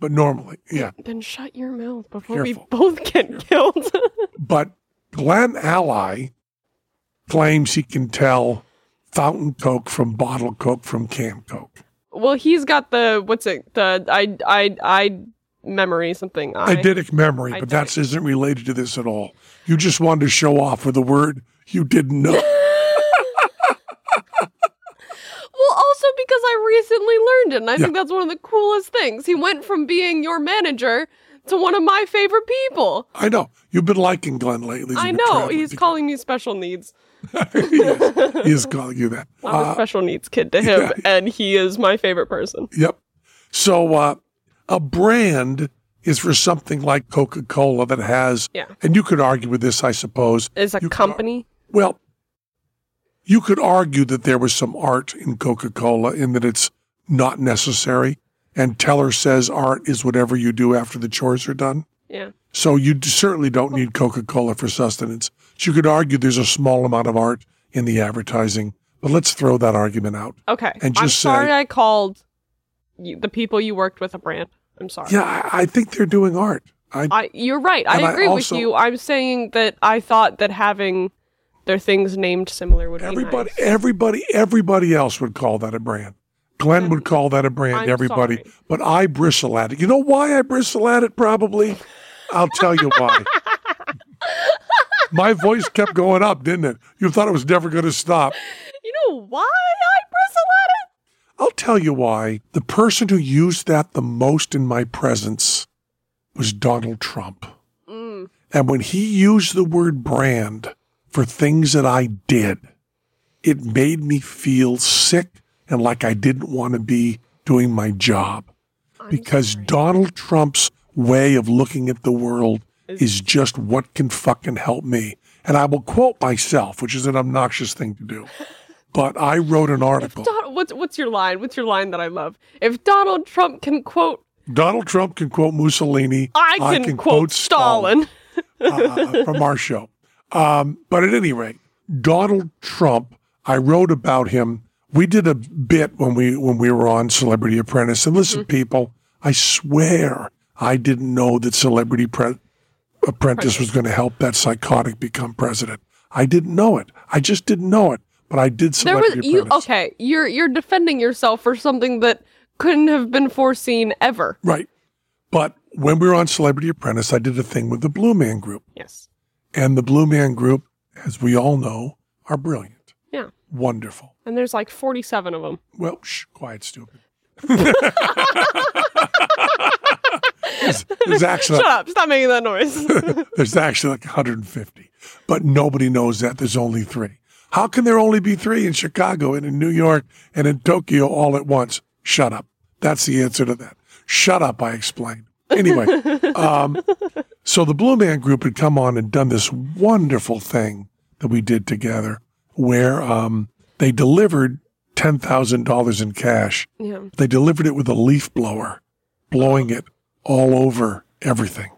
Speaker 1: But normally, yeah.
Speaker 2: Then shut your mouth before
Speaker 1: Careful.
Speaker 2: we both get killed.
Speaker 1: But Glenn Ally claims he can tell fountain Coke from bottle Coke from can Coke.
Speaker 2: well, he's got the what's it? The I I I memory something. I,
Speaker 1: Eidetic memory, but
Speaker 2: Eidetic.
Speaker 1: that isn't related to this at all. You just wanted to show off with a word you didn't know.
Speaker 2: Well, also because I recently learned it, and I
Speaker 1: Yeah.
Speaker 2: think that's one of the coolest things. He went from being your manager to one of my favorite people.
Speaker 1: I know. You've been liking Glenn lately.
Speaker 2: I know. He's calling me special needs.
Speaker 1: he, is, he is calling you that.
Speaker 2: I'm a
Speaker 1: Uh,
Speaker 2: special needs kid to him,
Speaker 1: yeah.
Speaker 2: and he is my favorite person.
Speaker 1: Yep. So uh, a brand is for something like Coca Cola that has,
Speaker 2: Yeah.
Speaker 1: and you could argue with this, I suppose.
Speaker 2: Is a
Speaker 1: You could ar-
Speaker 2: company.
Speaker 1: well, you could argue that there was some art in Coca Cola in that it's not necessary. And Teller says art is whatever you do after the chores are done.
Speaker 2: Yeah.
Speaker 1: So you d- certainly don't need Coca Cola for sustenance. So you could argue there's a small amount of art in the advertising, but let's throw that argument out.
Speaker 2: Okay.
Speaker 1: And
Speaker 2: I'm
Speaker 1: just say-
Speaker 2: sorry I called you, the people you worked with a brand. I'm sorry.
Speaker 1: Yeah, I, I think they're doing art. I
Speaker 2: I, you're right.
Speaker 1: And
Speaker 2: I
Speaker 1: I
Speaker 2: agree
Speaker 1: also-
Speaker 2: with you. I'm saying that I thought that having their things named similar would
Speaker 1: Everybody,
Speaker 2: be nice.
Speaker 1: everybody, everybody else would call that a brand. Glenn would call that a brand.
Speaker 2: I'm
Speaker 1: everybody,
Speaker 2: sorry.
Speaker 1: but I bristle at it. You know why I bristle at it? Probably, I'll tell you why. My voice kept going up, didn't it? You thought it was never going to stop.
Speaker 2: You know why I bristle at it?
Speaker 1: I'll tell you why. The person who used that the most in my presence was Donald Trump. And when he used the word brand for things that I did, it made me feel sick and like I didn't want to be doing my job. because Donald Trump's way of looking at the world is just what can fucking help me. And I will quote myself, which is an obnoxious thing to do. But I wrote an article.
Speaker 2: Don- what's what's your line? What's your line that I love? If Donald Trump can quote,
Speaker 1: Donald Trump can quote Mussolini.
Speaker 2: I can, quote, Stalin.
Speaker 1: uh, from our show. Um, but at any rate, Donald Trump, I wrote about him. We did a bit when we when we were on Celebrity Apprentice. And
Speaker 2: Mm-hmm.
Speaker 1: listen, people, I swear I didn't know that Celebrity Pre- Apprentice was going to help that psychotic become president. I didn't know it. I just didn't know it. But I did
Speaker 2: There was
Speaker 1: Celebrity
Speaker 2: you.
Speaker 1: Apprentice.
Speaker 2: Okay, you're you're defending yourself for something that couldn't have been foreseen ever.
Speaker 1: Right. But when we were on Celebrity Apprentice, I did a thing with the Blue Man Group.
Speaker 2: Yes.
Speaker 1: And the Blue Man Group, as we all know, are brilliant,
Speaker 2: Yeah.
Speaker 1: wonderful.
Speaker 2: And there's like 47 of them.
Speaker 1: Well, shh, quiet, stupid. There's, there's actually
Speaker 2: Shut up! Stop making that noise.
Speaker 1: there's actually like 150, but nobody knows that. There's only three. How can there only be three in Chicago and in New York and in Tokyo all at once? Shut up. That's the answer to that. Shut up, I explained. Anyway, um, so the Blue Man Group had come on and done this wonderful thing that we did together where um, they delivered $10,000 in cash.
Speaker 2: yeah.
Speaker 1: They delivered it with a leaf blower, blowing it all over everything.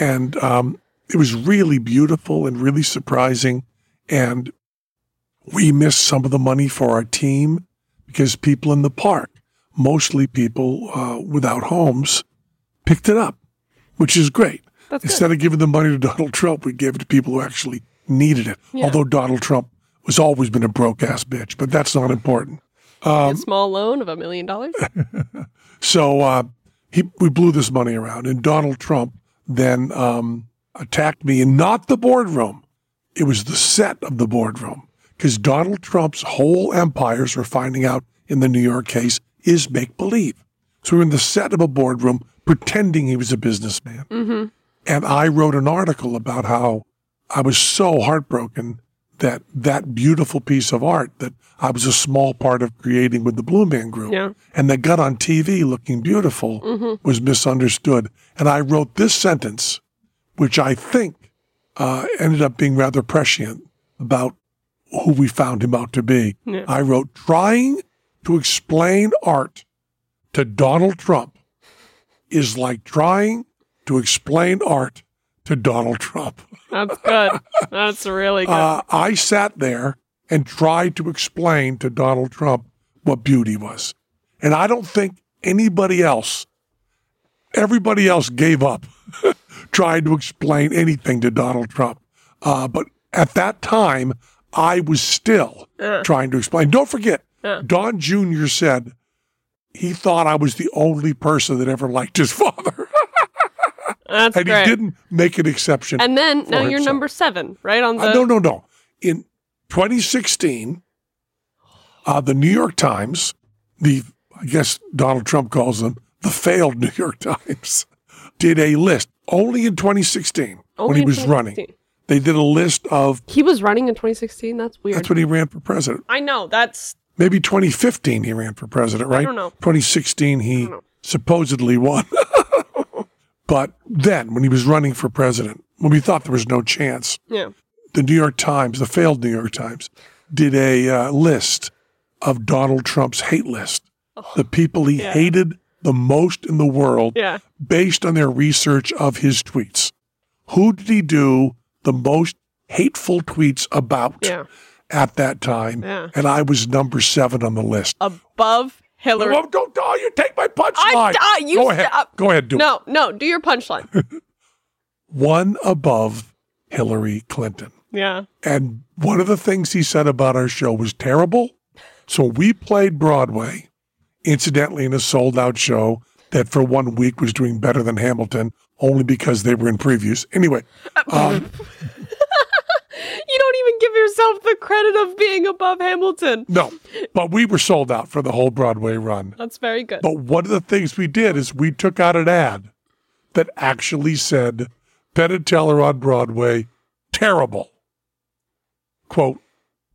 Speaker 1: And um, it was really beautiful and really surprising. And we missed some of the money for our team because people in the park, mostly people uh, without homes, picked it up, which is great.
Speaker 2: That's good.
Speaker 1: Instead of giving the money to Donald Trump, we gave it to people who actually needed it.
Speaker 2: Yeah.
Speaker 1: Although Donald Trump has always been a broke ass bitch, but that's not important.
Speaker 2: a small loan of a million dollars.
Speaker 1: So uh, he, we blew this money around, and Donald Trump then um, attacked me, and not the boardroom. It was the set of the boardroom, because Donald Trump's whole empires we're finding out in the New York case is make believe. So we were in the set of a boardroom pretending he was a businessman.
Speaker 2: Mm-hmm.
Speaker 1: And I wrote an article about how I was so heartbroken that that beautiful piece of art that I was a small part of creating with the Blue Man Group
Speaker 2: Yeah. Mm-hmm.
Speaker 1: and that got on TV looking beautiful was misunderstood. And I wrote this sentence, which I think uh, ended up being rather prescient about who we found him out to be.
Speaker 2: Yeah.
Speaker 1: I wrote, trying to explain art to Donald Trump is like trying to explain art to Donald Trump.
Speaker 2: That's good. That's really good.
Speaker 1: Uh, I sat there and tried to explain to Donald Trump what beauty was. And I don't think anybody else, everybody else gave up trying to explain anything to Donald Trump. Uh, but at that time, I was still trying to explain. Don't forget, Don Jr. said he thought I was the only person that ever liked his father.
Speaker 2: That's
Speaker 1: and
Speaker 2: great.
Speaker 1: he didn't make an exception.
Speaker 2: and then now
Speaker 1: for
Speaker 2: you're
Speaker 1: himself.
Speaker 2: number seven, right on the.
Speaker 1: Uh, no, no, no. In 2016, uh, the New York Times, the I guess Donald Trump calls them the failed New York Times, did a list only in 2016 when
Speaker 2: Only
Speaker 1: he
Speaker 2: in
Speaker 1: was running.
Speaker 2: 2016.
Speaker 1: They did a list of
Speaker 2: He was running in 2016. That's weird.
Speaker 1: that's when he ran for president.
Speaker 2: I know. That's
Speaker 1: Maybe 2015 he ran for president, right?
Speaker 2: don't know.
Speaker 1: 2016 he
Speaker 2: know.
Speaker 1: supposedly won. but then when he was running for president, when we thought there was no chance,
Speaker 2: yeah.
Speaker 1: the New York Times, the failed New York Times, did a uh, list of Donald Trump's hate list, the people he
Speaker 2: Oh, yeah.
Speaker 1: hated the most in the world,
Speaker 2: Yeah.
Speaker 1: based on their research of his tweets. Who did he do the most hateful tweets about
Speaker 2: Yeah.
Speaker 1: at that time?
Speaker 2: Yeah.
Speaker 1: And I was number seven on the list.
Speaker 2: Above Hillary.
Speaker 1: Well, don't oh, you take my punchline.
Speaker 2: I- uh, you
Speaker 1: Go ahead.
Speaker 2: stop.
Speaker 1: Go ahead. Do it.
Speaker 2: no, no. Do your punchline.
Speaker 1: One above Hillary Clinton.
Speaker 2: yeah.
Speaker 1: And one of the things he said about our show was terrible. So we played Broadway, incidentally, in a sold out show that for one week was doing better than Hamilton, only because they were in previews. Anyway, um,
Speaker 2: You don't even give yourself the credit of being above Hamilton.
Speaker 1: no, but we were sold out for the whole Broadway run.
Speaker 2: That's very good.
Speaker 1: But one of the things we did is we took out an ad that actually said, Penn and Teller on Broadway, terrible. Quote,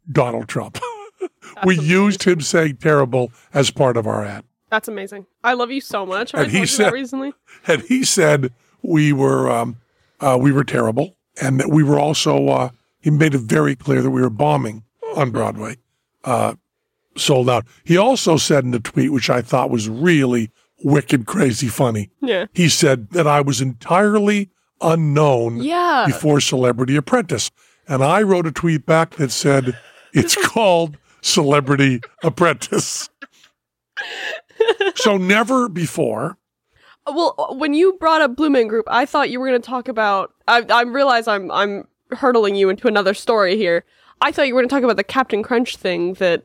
Speaker 1: Donald Trump. we used him saying terrible as part of our ad.
Speaker 2: That's amazing. I love you so much. Have I
Speaker 1: And he
Speaker 2: told you that
Speaker 1: said-
Speaker 2: recently?
Speaker 1: And he said we were um, uh, we were terrible and that we were also, uh, he made it very clear that we were bombing on Broadway. Uh, sold out. He also said in the tweet, which I thought was really wicked, crazy funny.
Speaker 2: Yeah.
Speaker 1: he said that I was entirely unknown
Speaker 2: Yeah.
Speaker 1: before Celebrity Apprentice. And I wrote a tweet back that said, it's called Celebrity Apprentice. so never before.
Speaker 2: Uh, Well, when you brought up Blue Man Group, I thought you were going to talk about. I, I realize I'm I'm hurtling you into another story here. I thought you were going to talk about the Captain Crunch thing. That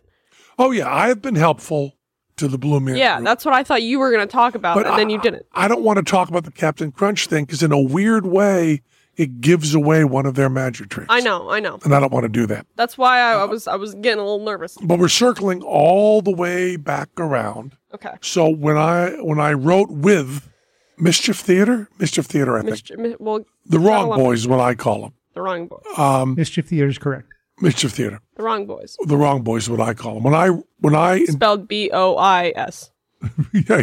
Speaker 1: Oh, yeah, I have been helpful to the Blue Man.
Speaker 2: yeah,
Speaker 1: Group.
Speaker 2: that's what I thought you were going to talk about, and then you didn't.
Speaker 1: I don't want to talk about the Captain Crunch thing because, in a weird way, it gives away one of their magic tricks.
Speaker 2: I know, I know.
Speaker 1: And I don't want to do that.
Speaker 2: That's why I, I was I was getting a little nervous.
Speaker 1: But we're circling all the way back around.
Speaker 2: Okay.
Speaker 1: So when I when I wrote with Mischief Theater, Mischief Theater, I think.
Speaker 2: Mr. Mi- well,
Speaker 1: the wrong
Speaker 2: Colum-
Speaker 1: boys, what I call them.
Speaker 2: the wrong boys.
Speaker 1: Um,
Speaker 3: Mischief Theater is correct.
Speaker 1: Mischief Theater,
Speaker 2: The wrong boys.
Speaker 1: the wrong boys, what I call them. When I when I
Speaker 2: Spelled B O I S.
Speaker 1: yeah,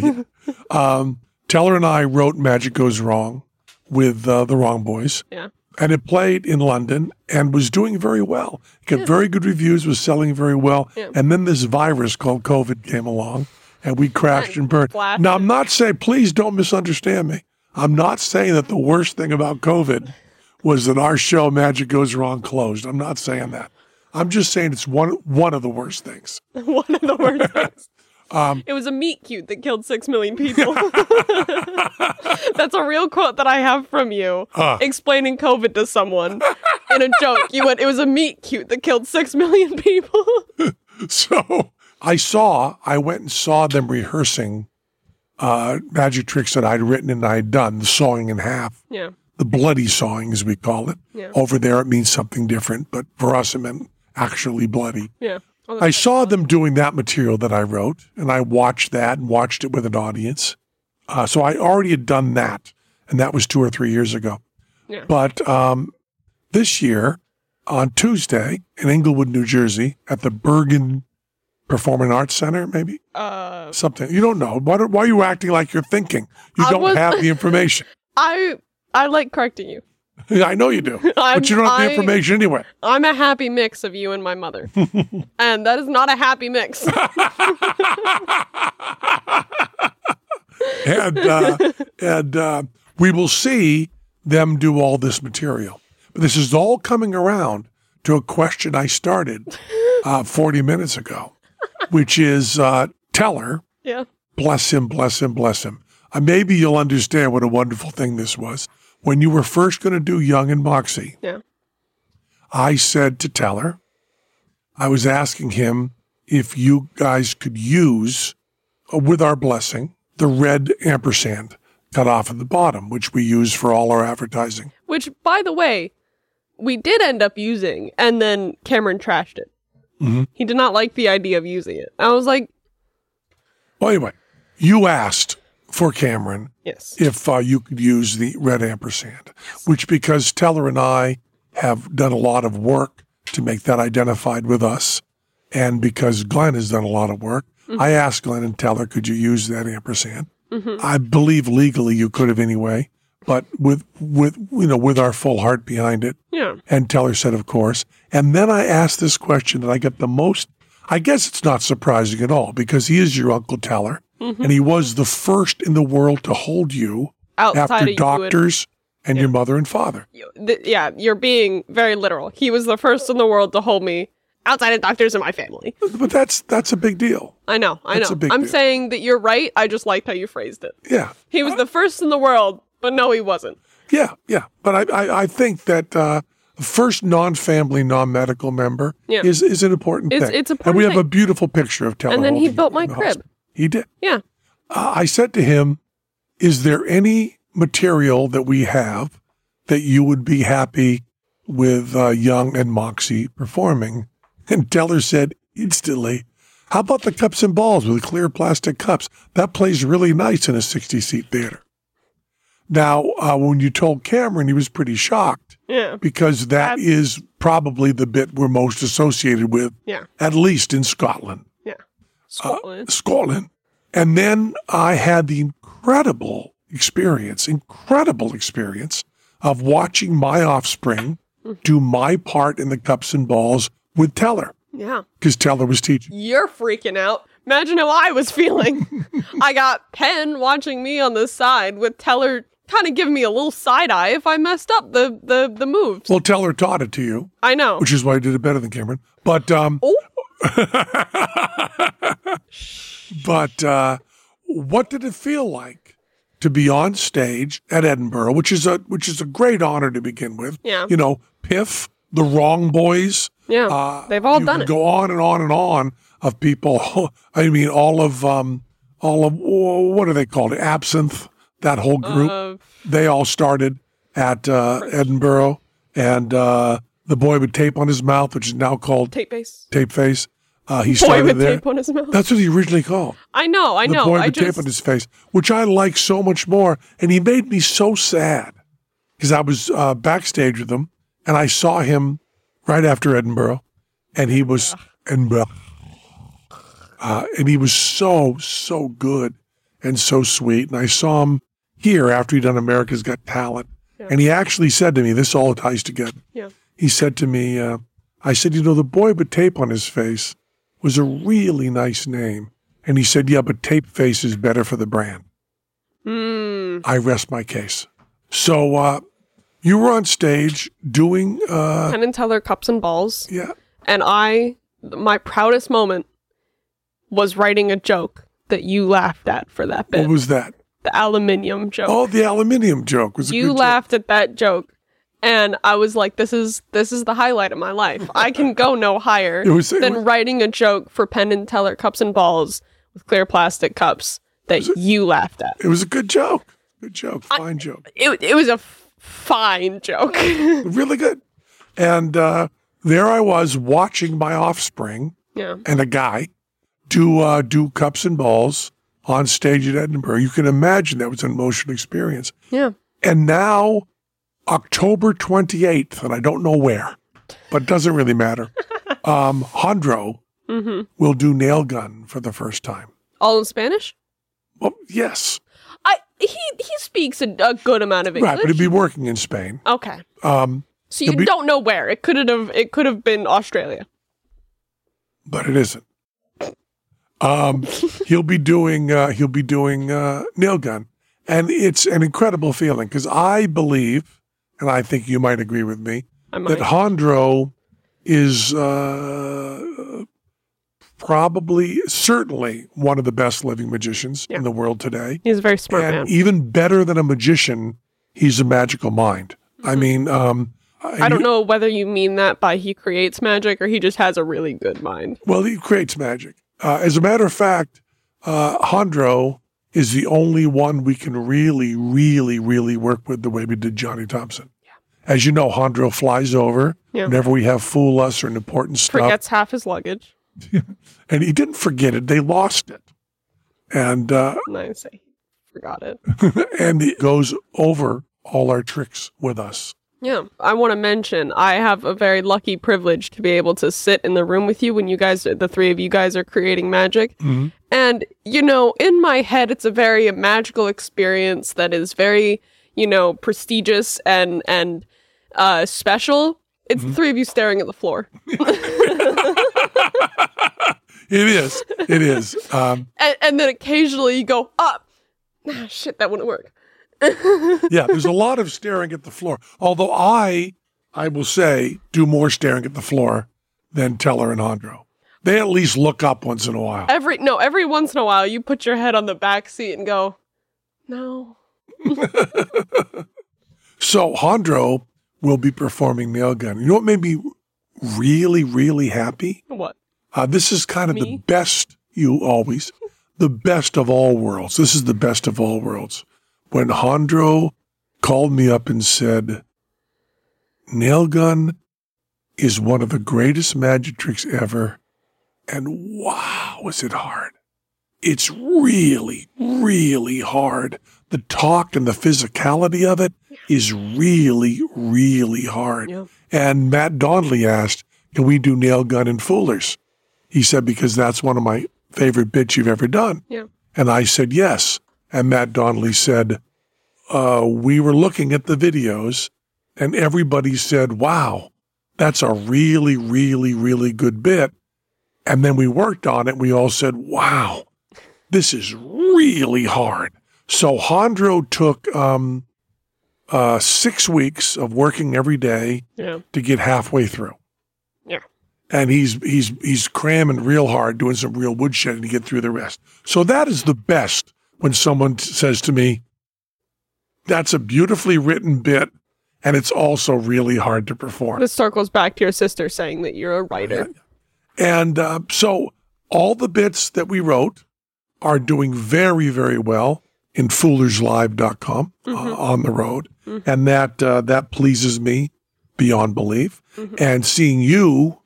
Speaker 1: yeah. Um, Teller and I wrote Magic Goes Wrong with uh, the Wrong Boys.
Speaker 2: Yeah.
Speaker 1: And it played in London and was doing very well. It got very good reviews, was selling very well.
Speaker 2: Yeah.
Speaker 1: And then this virus called COVID came along and we crashed and burned.
Speaker 2: flashed.
Speaker 1: Now, I'm not saying, please don't misunderstand me. I'm not saying that the worst thing about COVID was that our show, Magic Goes Wrong, closed. I'm not saying that. I'm just saying it's one, one of the worst things.
Speaker 2: One of the worst things. it was a meat cute that killed six million people. That's a real quote that I have from you explaining COVID to someone in a joke. You went, it was a meat cute that killed six million people.
Speaker 1: So I saw, I went and saw them rehearsing uh, magic tricks that I'd written and I'd done, the sawing in half,
Speaker 2: yeah.
Speaker 1: the bloody sawing, as we call it.
Speaker 2: Yeah.
Speaker 1: Over there, it means something different, but for us, it meant actually bloody.
Speaker 2: Yeah. All the-
Speaker 1: I saw them doing that material that I wrote, and I watched that and watched it with an audience. Uh, so I already had done that, and that was two or three years ago.
Speaker 2: Yeah.
Speaker 1: But um, this year, on Tuesday in Englewood, New Jersey, at the Bergen Performing Arts Center, maybe
Speaker 2: uh,
Speaker 1: something you don't know. Why, do- why are you acting like you're thinking? You
Speaker 2: I
Speaker 1: don't
Speaker 2: was-
Speaker 1: have the information.
Speaker 2: I I like correcting you.
Speaker 1: I know you do,
Speaker 2: I'm-
Speaker 1: but you don't have
Speaker 2: I-
Speaker 1: the information anyway.
Speaker 2: I'm a happy mix of you and my mother. and that is not a happy mix.
Speaker 1: and uh, and uh, we will see them do all this material. But this is all coming around to a question I started uh, 40 minutes ago, which is uh, Teller,
Speaker 2: yeah.
Speaker 1: bless him, bless him, bless him. Uh, maybe you'll understand what a wonderful thing this was. When you were first going to do Young and Moxie,
Speaker 2: Yeah.
Speaker 1: I said to Teller, I was asking him if you guys could use, uh, with our blessing, the red ampersand cut off at the bottom, which we use for all our advertising.
Speaker 2: Which, by the way, we did end up using, and then Cameron trashed it.
Speaker 1: Mhm.
Speaker 2: He did not like the idea of using it. I was like,
Speaker 1: Well, anyway, you asked for Cameron
Speaker 2: yes.
Speaker 1: if uh, you could use the red ampersand, which because Teller and I have done a lot of work to make that identified with us, and because Glenn has done a lot of work, I asked Glenn and Teller, could you use that ampersand? I believe legally you could have anyway, but with with you know with our full heart behind it,
Speaker 2: Yeah.
Speaker 1: and Teller said, of course. And then I asked this question that I get the most, I guess it's not surprising at all because he is your Uncle Teller
Speaker 2: Mm-hmm.
Speaker 1: and he was the first in the world to hold you
Speaker 2: Outside of
Speaker 1: after
Speaker 2: you
Speaker 1: doctors and your mother and father.
Speaker 2: and- you- th- yeah, you're being very literal. He was the first in the world to hold me outside of doctors and my family.
Speaker 1: But that's, that's a big deal.
Speaker 2: I know. I
Speaker 1: That's
Speaker 2: know.
Speaker 1: a big
Speaker 2: I'm
Speaker 1: deal.
Speaker 2: saying that you're right. I just liked how you phrased it.
Speaker 1: Yeah.
Speaker 2: He was the first in the world, but no, he wasn't.
Speaker 1: Yeah. Yeah. But I, I, I think that, uh, the first non-family, non-medical member
Speaker 2: Yeah.
Speaker 1: is, is an important
Speaker 2: It's-
Speaker 1: thing.
Speaker 2: it's an
Speaker 1: and we
Speaker 2: important
Speaker 1: have a beautiful picture of Teller.
Speaker 2: And then he
Speaker 1: holding you
Speaker 2: built my
Speaker 1: in the
Speaker 2: crib.
Speaker 1: hospital. He did.
Speaker 2: Yeah.
Speaker 1: uh, I said to him, Is there any material that we have that you would be happy with uh, Young and Moxie performing? And Teller said instantly, How about the cups and balls with clear plastic cups? That plays really nice in a 60 seat theater. Now, uh, when you told Cameron, he was pretty shocked
Speaker 2: Yeah.
Speaker 1: because that is probably the bit we're most associated with,
Speaker 2: Yeah.
Speaker 1: at least in Scotland.
Speaker 2: Yeah.
Speaker 1: Uh,
Speaker 2: Scotland.
Speaker 1: Scotland. And then I had the incredible experience, incredible experience of watching my offspring do my part in the cups and balls with Teller
Speaker 2: yeah.
Speaker 1: because Teller was teaching.
Speaker 2: You're freaking out. Imagine how I was feeling. I got Penn watching me on the side with Teller kind of giving me a little side eye if I messed up the the the moves.
Speaker 1: Well, Teller taught it to you,
Speaker 2: I know.
Speaker 1: which is why you did it better than Cameron. But, um,
Speaker 2: Oh.
Speaker 1: but uh, what did it feel like to be on stage at Edinburgh, which is a which is a great honor to begin with?
Speaker 2: Yeah.
Speaker 1: you know, Piff, the Wrong Boys,
Speaker 2: Yeah.
Speaker 1: Uh,
Speaker 2: They've all
Speaker 1: you
Speaker 2: done
Speaker 1: could
Speaker 2: it.
Speaker 1: Go on and on and on of people. I mean, all of um, all of wh- what are they called? Absinthe. That whole group.
Speaker 2: Uh,
Speaker 1: they all started at uh, Edinburgh, and uh, the boy with tape on his mouth, which is now called
Speaker 2: tape base.
Speaker 1: Tape Face. Uh, he
Speaker 2: Boy
Speaker 1: started
Speaker 2: with
Speaker 1: there.
Speaker 2: tape on his mouth.
Speaker 1: That's what he originally called.
Speaker 2: I know, I
Speaker 1: the
Speaker 2: know.
Speaker 1: boy
Speaker 2: I
Speaker 1: with
Speaker 2: just
Speaker 1: tape on his face, which I like so much more. And he made me so sad because I was uh, backstage with him and I saw him right after Edinburgh and he was Edinburgh. Uh, and he was so, so good and so sweet. And I saw him here after he'd done America's Got Talent.
Speaker 2: Yeah.
Speaker 1: And he actually said to me, this all ties together.
Speaker 2: Yeah.
Speaker 1: He said to me, uh, I said, you know, the boy with tape on his face was a really nice name. And he said, yeah, but tape face is better for the brand.
Speaker 2: Mm,
Speaker 1: I rest my case. So uh, you were on stage doing, uh,
Speaker 2: Penn and Teller cups and balls,
Speaker 1: yeah,
Speaker 2: and I, my proudest moment was writing a joke that you laughed at for that bit,
Speaker 1: what was that?
Speaker 2: the aluminium joke.
Speaker 1: Oh, the aluminium joke was a
Speaker 2: you
Speaker 1: good
Speaker 2: laughed at that joke, and I was like, "This is this is the highlight of my life. I can go no higher
Speaker 1: It was- it
Speaker 2: than
Speaker 1: was-
Speaker 2: writing a joke for Penn and Teller cups and balls with clear plastic cups that you laughed at."
Speaker 1: joke. It was a good joke. Good joke. Fine joke.
Speaker 2: It it was a f- fine joke.
Speaker 1: Really good. And uh, there I was watching my offspring
Speaker 2: yeah.
Speaker 1: and a guy do uh, do cups and balls on stage at Edinburgh. You can imagine that was an emotional experience.
Speaker 2: Yeah.
Speaker 1: And now, October twenty eighth, and I don't know where, but it doesn't really matter. Um, Hondro
Speaker 2: Mm-hmm.
Speaker 1: will do nail gun for the first time.
Speaker 2: All in Spanish.
Speaker 1: Well, yes,
Speaker 2: I he he speaks a, a good amount of English.
Speaker 1: right, but he'd be working in Spain.
Speaker 2: okay,
Speaker 1: Um,
Speaker 2: so you
Speaker 1: It'll be-
Speaker 2: don't know where it could have it could have been Australia.
Speaker 1: but it isn't. Um, he'll be doing uh, he'll be doing uh, nail gun, and it's an incredible feeling because I believe, and I think you might agree with me,
Speaker 2: I might.
Speaker 1: that Hondro is uh, probably certainly one of the best living magicians
Speaker 2: Yeah.
Speaker 1: in the world today,
Speaker 2: He's a very smart
Speaker 1: and
Speaker 2: man.
Speaker 1: even better than a magician, he's a magical mind. I mean, um,
Speaker 2: Hmm. I don't know whether you mean that by he creates magic or he just has a really good mind.
Speaker 1: Well, he creates magic. Uh, as a matter of fact, uh, Hondro is the only one we can really, really, really work with the way we did Johnny Thompson. As you know, Hondro flies over
Speaker 2: Yeah.
Speaker 1: whenever we have Fool Us or an important stuff.
Speaker 2: Forgets half his luggage.
Speaker 1: And he didn't forget it, they lost it. And, uh,
Speaker 2: And I say, forgot it.
Speaker 1: and he goes over all our tricks with us.
Speaker 2: Yeah, I want to mention I have a very lucky privilege to be able to sit in the room with you when you guys, the three of you guys, are creating magic.
Speaker 1: Mhm.
Speaker 2: And, you know, in my head, it's a very magical experience that is very, you know, prestigious and, and, uh, special. It's the three of you staring at the floor.
Speaker 1: It is. It is. Um,
Speaker 2: And, and then occasionally you go, up. ah, shit, that wouldn't work.
Speaker 1: yeah, there's a lot of staring at the floor. Although I, I will say, do more staring at the floor than Teller and Hondro. They at least look up once in a while.
Speaker 2: Every, no, every once in a while you put your head on the back seat and go, no.
Speaker 1: So Hondro will be performing Nail Gun. You know what made me really, really happy?
Speaker 2: What?
Speaker 1: Uh, this is kind of
Speaker 2: Me?
Speaker 1: the best you always, the best of all worlds. This is the best of all worlds. When Hondro called me up and said, Nail gun is one of the greatest magic tricks ever. And wow, was it hard. It's really, really hard. The talk and the physicality of it is really, really hard.
Speaker 2: Yeah.
Speaker 1: And Matt Donnelly asked, Can we do nail gun and foolers? He said, Because that's one of my favorite bits you've ever done.
Speaker 2: Yeah.
Speaker 1: And I said, Yes. And Matt Donnelly said, uh, We were looking at the videos, and everybody said, Wow, that's a really, really, really good bit. And then we worked on it. and We all said, Wow, this is really hard. So Hondro took um, uh, six weeks of working every day
Speaker 2: Yeah.
Speaker 1: to get halfway through.
Speaker 2: Yeah.
Speaker 1: And he's he's he's cramming real hard, doing some real woodshedding to get through the rest. So that is the best when someone t- says to me, "That's a beautifully written bit, and it's also really hard to perform."
Speaker 2: This circles back to your sister saying that you're a writer.
Speaker 1: And uh, so all the bits that we wrote are doing very, very well in foolerslive.com
Speaker 2: Mm-hmm.
Speaker 1: uh, on the road.
Speaker 2: Mm-hmm.
Speaker 1: And that, uh, that pleases me beyond belief. And seeing you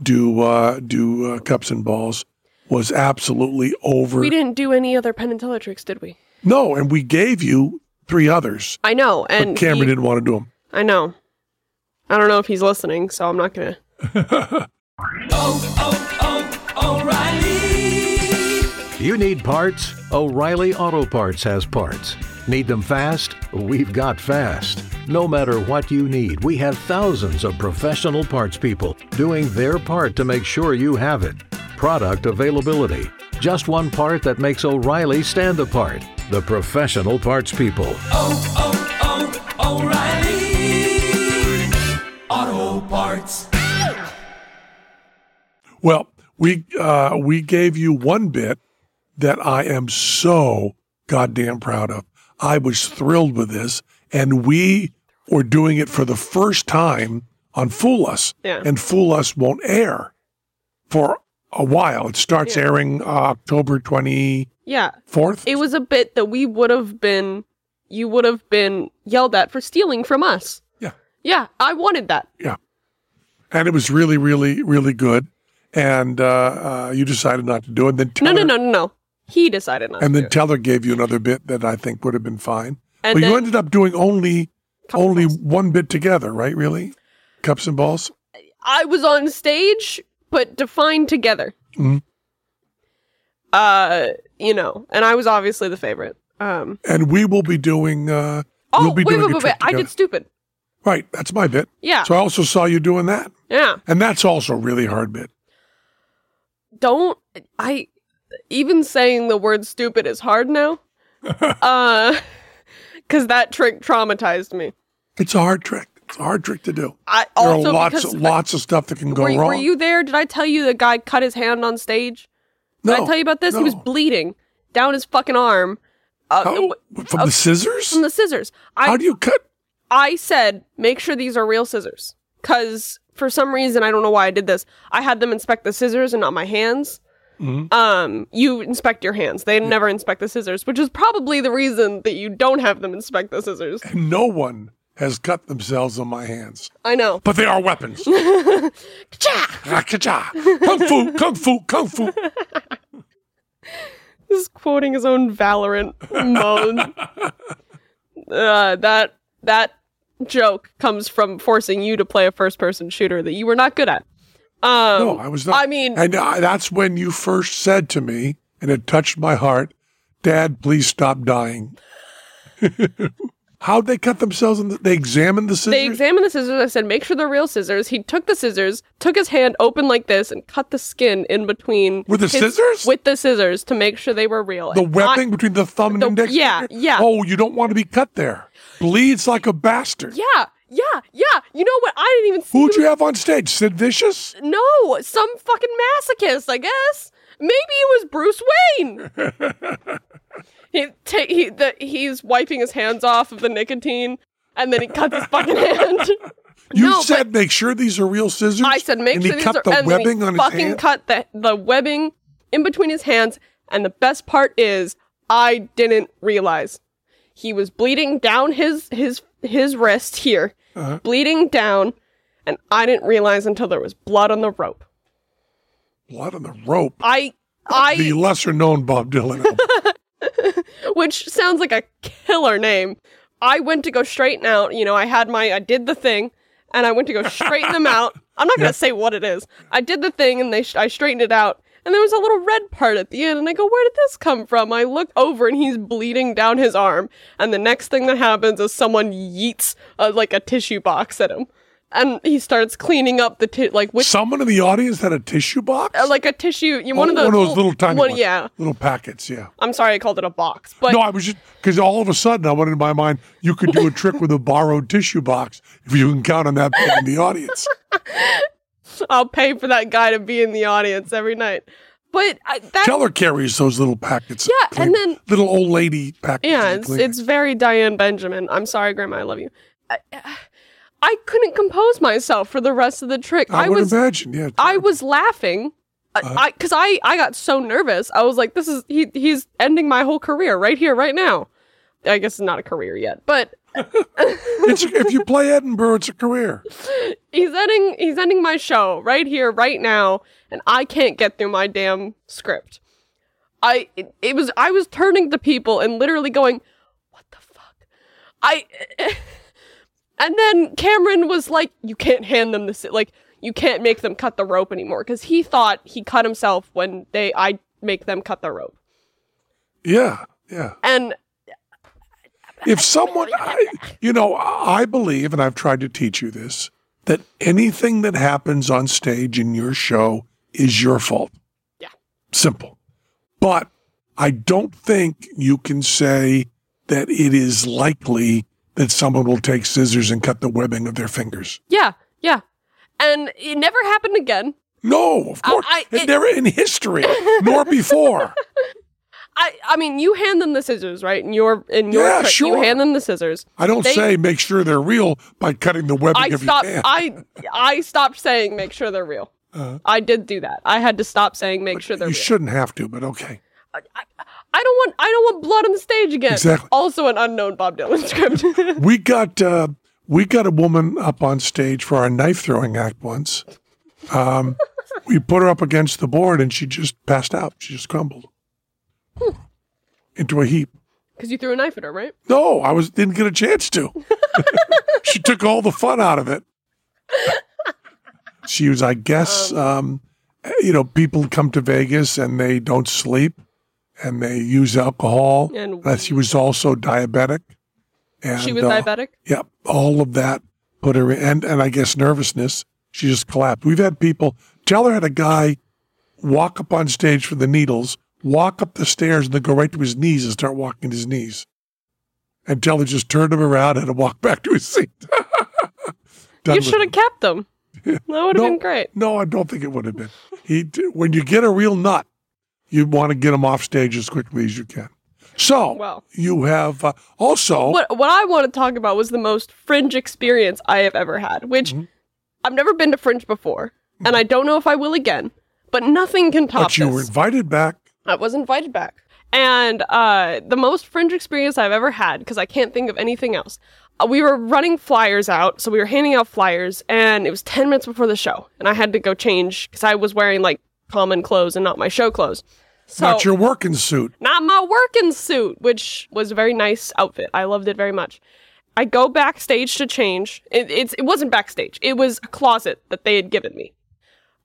Speaker 1: do uh, do uh, cups and balls was absolutely over.
Speaker 2: We didn't do any other Penn and Teller tricks, did we?
Speaker 1: No, and we gave you three others,
Speaker 2: I know, and
Speaker 1: but Cameron
Speaker 2: he-
Speaker 1: didn't want to do them.
Speaker 2: I know. I don't know if he's listening, so I'm not gonna.
Speaker 5: You need parts? O'Reilly Auto Parts has parts. Need them fast? We've got fast. No matter what you need, we have thousands of professional parts people doing their part to make sure you have it. Product availability. Just one part that makes O'Reilly stand apart. The professional parts people.
Speaker 1: Well, we uh, we gave you one bit that I am so goddamn proud of. I was thrilled with this, and we were doing it for the first time on Fool Us,
Speaker 2: Yeah.
Speaker 1: and Fool Us won't air for a while. It starts
Speaker 2: Yeah.
Speaker 1: airing uh, October twenty
Speaker 2: Yeah,
Speaker 1: fourth.
Speaker 2: it was a bit that we would have been, you would have been yelled at for stealing from us.
Speaker 1: Yeah.
Speaker 2: Yeah, I wanted that.
Speaker 1: and it was really, really, really good. And uh, uh, you decided not to do it. And then
Speaker 2: No,
Speaker 1: Teller,
Speaker 2: no, no, no, no. He decided not.
Speaker 1: And
Speaker 2: to
Speaker 1: then
Speaker 2: do it.
Speaker 1: Teller gave you another bit that I think would have been fine.
Speaker 2: And
Speaker 1: but you
Speaker 2: then-
Speaker 1: ended up doing only
Speaker 2: Cups and
Speaker 1: only
Speaker 2: balls.
Speaker 1: one bit together, right? Really, cups and balls.
Speaker 2: I was on stage, but defined together.
Speaker 1: Mhm.
Speaker 2: Uh, you know, and I was obviously the favorite. Um.
Speaker 1: And we will be doing. Uh,
Speaker 2: Oh
Speaker 1: we'll be
Speaker 2: wait, wait,
Speaker 1: doing a
Speaker 2: wait, wait!
Speaker 1: trip
Speaker 2: I
Speaker 1: together.
Speaker 2: did stupid.
Speaker 1: Right, that's my bit.
Speaker 2: Yeah,
Speaker 1: So I also saw you doing that,
Speaker 2: yeah.
Speaker 1: and that's also a really hard bit.
Speaker 2: don't I even saying the word stupid is hard now. uh cuz that trick traumatized me.
Speaker 1: It's a hard trick. It's a hard trick to do.
Speaker 2: I
Speaker 1: There
Speaker 2: also
Speaker 1: are lots
Speaker 2: because
Speaker 1: lots of stuff that can go
Speaker 2: were, were
Speaker 1: wrong.
Speaker 2: you there? Did I tell you the guy cut his hand on stage? Did I
Speaker 1: No,
Speaker 2: tell you about this? He was
Speaker 1: no.
Speaker 2: bleeding down his fucking arm. Uh,
Speaker 1: How- from the scissors?
Speaker 2: from the scissors. I
Speaker 1: How do you cut?
Speaker 2: I said, make sure these are real scissors. Because for some reason, I don't know why I did this, I had them inspect the scissors and not my hands.
Speaker 1: Mhm.
Speaker 2: Um, you inspect your hands. They never inspect the scissors, which is probably the reason that you don't have them inspect the scissors.
Speaker 1: And no one has cut themselves on my hands,
Speaker 2: I know.
Speaker 1: but they are weapons.
Speaker 2: Cha!
Speaker 1: Rakacha. Kung fu, kung fu, kung fu.
Speaker 2: He's quoting his own Valorant moan. uh, that that joke comes from forcing you to play a first-person shooter that you were not good at. Um,
Speaker 1: No, I was not.
Speaker 2: I mean,
Speaker 1: and I, that's when you first said to me, and it touched my heart, "Dad, please stop dying." How'd they cut themselves? In the, they examined the scissors.
Speaker 2: They examined the scissors. I said, make sure they're real scissors. He took the scissors, took his hand open like this, and cut the skin in between.
Speaker 1: With the
Speaker 2: his-
Speaker 1: scissors?
Speaker 2: With the scissors to make sure they were real.
Speaker 1: the
Speaker 2: And
Speaker 1: webbing
Speaker 2: I-
Speaker 1: between the thumb and
Speaker 2: the-
Speaker 1: index.
Speaker 2: yeah,
Speaker 1: finger?
Speaker 2: yeah.
Speaker 1: Oh, you don't want to be cut there. Bleeds like a bastard.
Speaker 2: yeah, yeah, yeah. You know what? I didn't even see.
Speaker 1: Who'd
Speaker 2: who-
Speaker 1: you have on stage? Sid Vicious.
Speaker 2: No, some fucking masochist, I guess. Maybe it was Bruce Wayne. he, ta- he, the, he's wiping his hands off of the nicotine, and then he cuts his fucking hand.
Speaker 1: You
Speaker 2: No,
Speaker 1: said make sure these are real scissors.
Speaker 2: I said, make
Speaker 1: and
Speaker 2: sure
Speaker 1: he
Speaker 2: these
Speaker 1: cut
Speaker 2: are
Speaker 1: the
Speaker 2: and then he
Speaker 1: webbing on his
Speaker 2: fucking
Speaker 1: hand.
Speaker 2: cut the the webbing in between his hands. And the best part is, I didn't realize he was bleeding down his his his wrist here,
Speaker 1: Uh-huh.
Speaker 2: bleeding down, and I didn't realize until there was blood on the rope.
Speaker 1: Blood on the rope.
Speaker 2: I
Speaker 1: the
Speaker 2: I
Speaker 1: lesser known Bob Dylan. album.
Speaker 2: which sounds like a killer name. I went to go straighten out. You know, I had my I did the thing, and I went to go straighten them out. I'm not gonna say what it is. I did the thing, and they sh- I straightened it out. And there was a little red part at the end, and I go, "Where did this come from?" I look over, and he's bleeding down his arm. And the next thing that happens is someone yeets uh, like a tissue box at him, and he starts cleaning up the ti- like with
Speaker 1: Someone in the audience had a tissue box.
Speaker 2: uh, like a tissue. You one
Speaker 1: Oh,
Speaker 2: of those
Speaker 1: those little tiny
Speaker 2: one,
Speaker 1: ones.
Speaker 2: Yeah,
Speaker 1: little packets. Yeah.
Speaker 2: I'm sorry, I called it a box, but
Speaker 1: no, I was just because all of a sudden I went in my mind you could do a trick with a borrowed tissue box if you can count on that being in the audience.
Speaker 2: I'll pay for that guy to be in the audience every night. But I, that
Speaker 1: Teller carries those little packets. of
Speaker 2: Yeah,
Speaker 1: Kleenex.
Speaker 2: and then-
Speaker 1: little old lady packets.
Speaker 2: yeah,
Speaker 1: of
Speaker 2: it's,
Speaker 1: Kleenex.
Speaker 2: it's very Diane Benjamin. I'm sorry, Grandma, I love you. I, I couldn't compose myself for the rest of the trick.
Speaker 1: I,
Speaker 2: I,
Speaker 1: would
Speaker 2: was
Speaker 1: imagine. Yeah,
Speaker 2: I was laughing. uh, I because I, I got so nervous. I was like, this is he he's ending my whole career right here, right now. I guess it's not a career yet, but
Speaker 1: It's, if you play Edinburgh, it's a career.
Speaker 2: he's ending he's ending my show right here right now and i can't get through my damn script i it, it was i was turning to people and literally going what the fuck i and then cameron was like you can't hand them this like you can't make them cut the rope anymore because he thought he cut himself when they i make them cut the rope
Speaker 1: Yeah, yeah.
Speaker 2: and
Speaker 1: If someone, I, you know, I believe, and I've tried to teach you this, that anything that happens on stage in your show is your fault.
Speaker 2: Yeah.
Speaker 1: Simple. But I don't think you can say that it is likely that someone will take scissors and cut the webbing of their fingers.
Speaker 2: yeah yeah and it never happened again
Speaker 1: No, of
Speaker 2: I-
Speaker 1: course.
Speaker 2: I-
Speaker 1: it,
Speaker 2: it-
Speaker 1: never in history, nor before.
Speaker 2: I I mean, you hand them the scissors, right? In your in your
Speaker 1: Yeah,
Speaker 2: trick,
Speaker 1: sure.
Speaker 2: you hand them the scissors.
Speaker 1: I don't
Speaker 2: They-
Speaker 1: say make sure they're real by cutting the webbing
Speaker 2: I
Speaker 1: of
Speaker 2: stopped.
Speaker 1: your hand.
Speaker 2: I I stopped saying make sure they're real.
Speaker 1: Uh-huh.
Speaker 2: I did do that. I had to stop saying make sure they're
Speaker 1: you
Speaker 2: real.
Speaker 1: shouldn't have to, but okay.
Speaker 2: I don't want I don't want blood on the stage again.
Speaker 1: Exactly.
Speaker 2: Also, an unknown Bob Dylan script.
Speaker 1: we got uh, we got a woman up on stage for our knife throwing act once. Um, we put her up against the board, and she just passed out. She just crumbled into a heap.
Speaker 2: Because you threw a knife at her, right?
Speaker 1: No, I was didn't get a chance to. she took all the fun out of it. She was, I guess, um, you know, people come to Vegas and they don't sleep, and they use alcohol.
Speaker 2: And
Speaker 1: Uh, she was also diabetic. And,
Speaker 2: she was
Speaker 1: uh,
Speaker 2: diabetic.
Speaker 1: Yep, all of that put her in, and, and I guess nervousness. She just collapsed. We've had people. Teller had a guy walk up on stage for the needles, walk up the stairs, and then go right to his knees and start walking to his knees. And Teller just turned him around and had to walk back to his seat. Done
Speaker 2: You
Speaker 1: with
Speaker 2: should
Speaker 1: him.
Speaker 2: have kept them. That would have
Speaker 1: No,
Speaker 2: been great.
Speaker 1: No, I don't think it would have been. He, d- when you get a real nut, you want to get him off stage as quickly as you can. So
Speaker 2: Well.
Speaker 1: you have uh, also
Speaker 2: What what I want to talk about was the most fringe experience I have ever had, which
Speaker 1: Mm-hmm.
Speaker 2: I've never been to fringe before, and I don't know if I will again. But nothing can top
Speaker 1: but you
Speaker 2: this.
Speaker 1: were invited back.
Speaker 2: I was invited back. And uh, the most fringe experience I've ever had, because I can't think of anything else. Uh, we were running flyers out, so we were handing out flyers, and it was 10 minutes before the show. And I had to go change because I was wearing like common clothes and not my show clothes. So,
Speaker 1: Not your working suit.
Speaker 2: not my working suit, which was a very nice outfit. I loved it very much. I go backstage to change. It, it's it wasn't backstage. It was a closet that they had given me.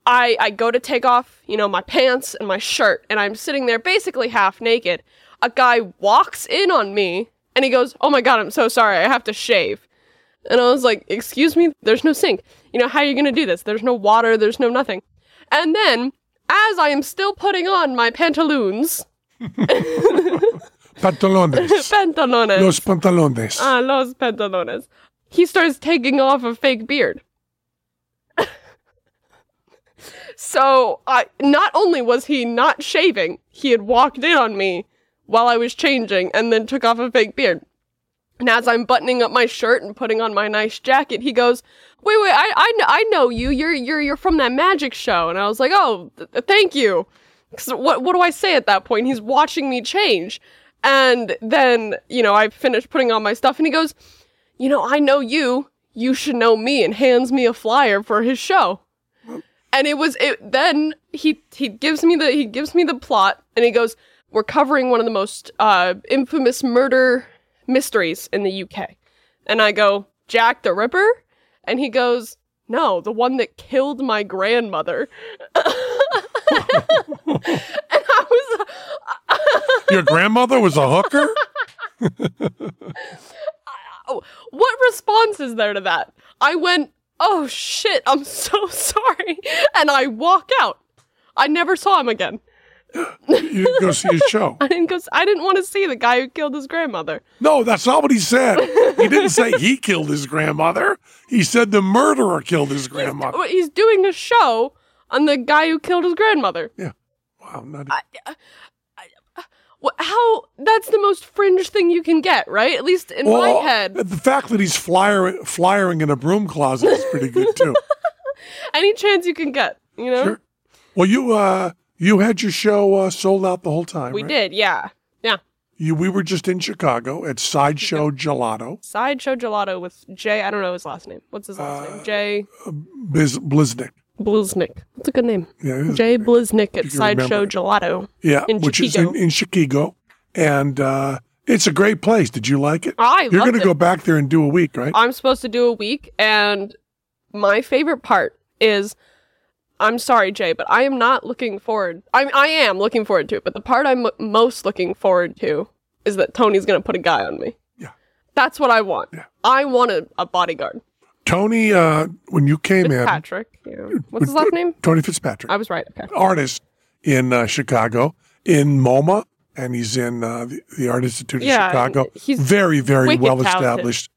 Speaker 2: I I go to take off, you know, my pants and my shirt, and I'm sitting there basically half naked. A guy walks in on me, and he goes, "Oh my god, I'm so sorry. I have to shave." And I was like, "Excuse me, there's no sink. You know, how are you going to do this? There's no water, there's no nothing." And then, as I am still putting on my pantaloons,
Speaker 1: Pantalones.
Speaker 2: pantalones.
Speaker 1: Los pantalones.
Speaker 2: Ah, los pantalones. He starts taking off a fake beard. so, I not only was he not shaving, he had walked in on me while I was changing and then took off a fake beard. And as I'm buttoning up my shirt and putting on my nice jacket, he goes, "Wait, wait, I, I, kn- I know you. You're, you're, you're from that magic show." And I was like, "Oh, th- th- thank you." 'Cause what, what do I say at that point? He's watching me change, and then you know I finish putting on my stuff, and he goes, "You know, I know you. You should know me," and hands me a flyer for his show. And it was it. Then he he gives me the he gives me the plot, and he goes, "We're covering one of the most uh, infamous murder mysteries in the UK," and I go, "Jack the Ripper," and he goes, "No, the one that killed my grandmother." and I was
Speaker 1: Your grandmother was a hooker?
Speaker 2: oh, what response is there to that? I went, oh shit, I'm so sorry. And I walk out. I never saw him again.
Speaker 1: You didn't go see his show.
Speaker 2: I didn't go, s- I didn't want to see the guy who killed his grandmother.
Speaker 1: No, that's not what he said. He didn't say he killed his grandmother. He said the murderer killed his grandmother.
Speaker 2: But He's doing a show on the guy who killed his grandmother.
Speaker 1: Wow, not,
Speaker 2: Wh- How, that's the most fringe thing you can get, right? At least in
Speaker 1: Well, uh,
Speaker 2: my head.
Speaker 1: The fact that he's flyer, flyering in a broom closet is pretty good, too.
Speaker 2: Any chance you can get, you know?
Speaker 1: Sure. Well, you uh, you had your show uh, sold out the whole time.
Speaker 2: we
Speaker 1: right?
Speaker 2: did, yeah. Yeah.
Speaker 1: You, we were just in Chicago at Sideshow Gelato.
Speaker 2: Sideshow Gelato with Jay. I don't know his last name. What's his last
Speaker 1: Uh,
Speaker 2: name? Jay
Speaker 1: Biz, Bliznik.
Speaker 2: Bliznik. That's a good name.
Speaker 1: Yeah, it is.
Speaker 2: Jay Bliznik at
Speaker 1: You can remember
Speaker 2: Sideshow
Speaker 1: it.
Speaker 2: Gelato.
Speaker 1: Yeah,
Speaker 2: in
Speaker 1: which is
Speaker 2: Chicago.
Speaker 1: in, in Chicago, and uh, it's a great place. Did you like it?
Speaker 2: I
Speaker 1: You're
Speaker 2: loved
Speaker 1: gonna
Speaker 2: it.
Speaker 1: go back there and do a week, right?
Speaker 2: I'm supposed to do a week, and my favorite part is I'm sorry, Jay, but I am not looking forward. I I am looking forward to it, but the part I'm mo- most looking forward to is that Tony's going to put a guy on me.
Speaker 1: Yeah.
Speaker 2: That's what I want. I want a, a bodyguard.
Speaker 1: Tony, uh, when you came in,
Speaker 2: Patrick. Yeah. What's his last name?
Speaker 1: Tony Fitzpatrick,
Speaker 2: I was right. Okay.
Speaker 1: artist in uh, Chicago, in MoMA, and he's in uh, the, the Art Institute
Speaker 2: Yeah,
Speaker 1: of Chicago.
Speaker 2: he's
Speaker 1: very, very
Speaker 2: wicked
Speaker 1: well
Speaker 2: talented.
Speaker 1: established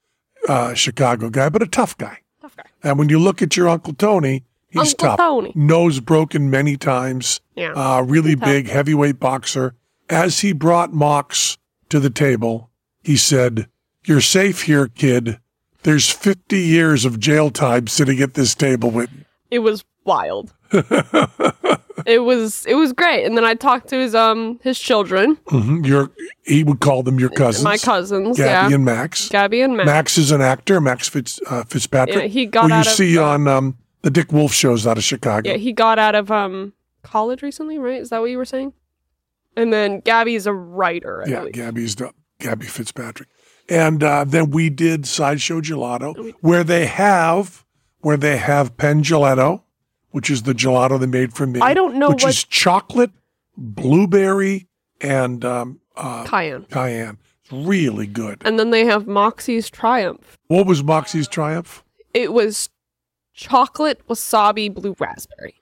Speaker 1: uh, Chicago guy, but a tough guy.
Speaker 2: Tough guy.
Speaker 1: And when you look at your Uncle Tony, he's
Speaker 2: Uncle
Speaker 1: tough.
Speaker 2: Tony.
Speaker 1: Nose broken many times.
Speaker 2: Yeah.
Speaker 1: Uh, really
Speaker 2: tough.
Speaker 1: big, heavyweight boxer. As he brought Mox to the table, he said, You're safe here, kid. There's 50 years of jail time sitting at this table with you.
Speaker 2: It was wild. it was it was great. And then I talked to his um his children,
Speaker 1: Mhm. Your, he would call them your cousins.
Speaker 2: my cousins,
Speaker 1: Gabby
Speaker 2: yeah.
Speaker 1: and Max.
Speaker 2: Gabby and Matt.
Speaker 1: Max is an actor, Max Fitz, uh, Fitzpatrick.
Speaker 2: Yeah, he got
Speaker 1: who you
Speaker 2: out of,
Speaker 1: see
Speaker 2: uh,
Speaker 1: on um, the Dick Wolf shows out of Chicago.
Speaker 2: Yeah, he got out of um college recently, right? Is that what you were saying? And then Gabby's a writer, I
Speaker 1: Yeah,
Speaker 2: believe.
Speaker 1: Gabby's the, Gabby Fitzpatrick, and uh, then we did sideshow gelato, where they have where they have pen gelato, which is the gelato they made for me.
Speaker 2: I don't know
Speaker 1: which
Speaker 2: what-
Speaker 1: is chocolate, blueberry, and um, uh,
Speaker 2: Cayenne.
Speaker 1: cayenne. It's really good.
Speaker 2: And then they have Moxie's Triumph.
Speaker 1: What was Moxie's triumph?
Speaker 2: It was chocolate wasabi blue raspberry.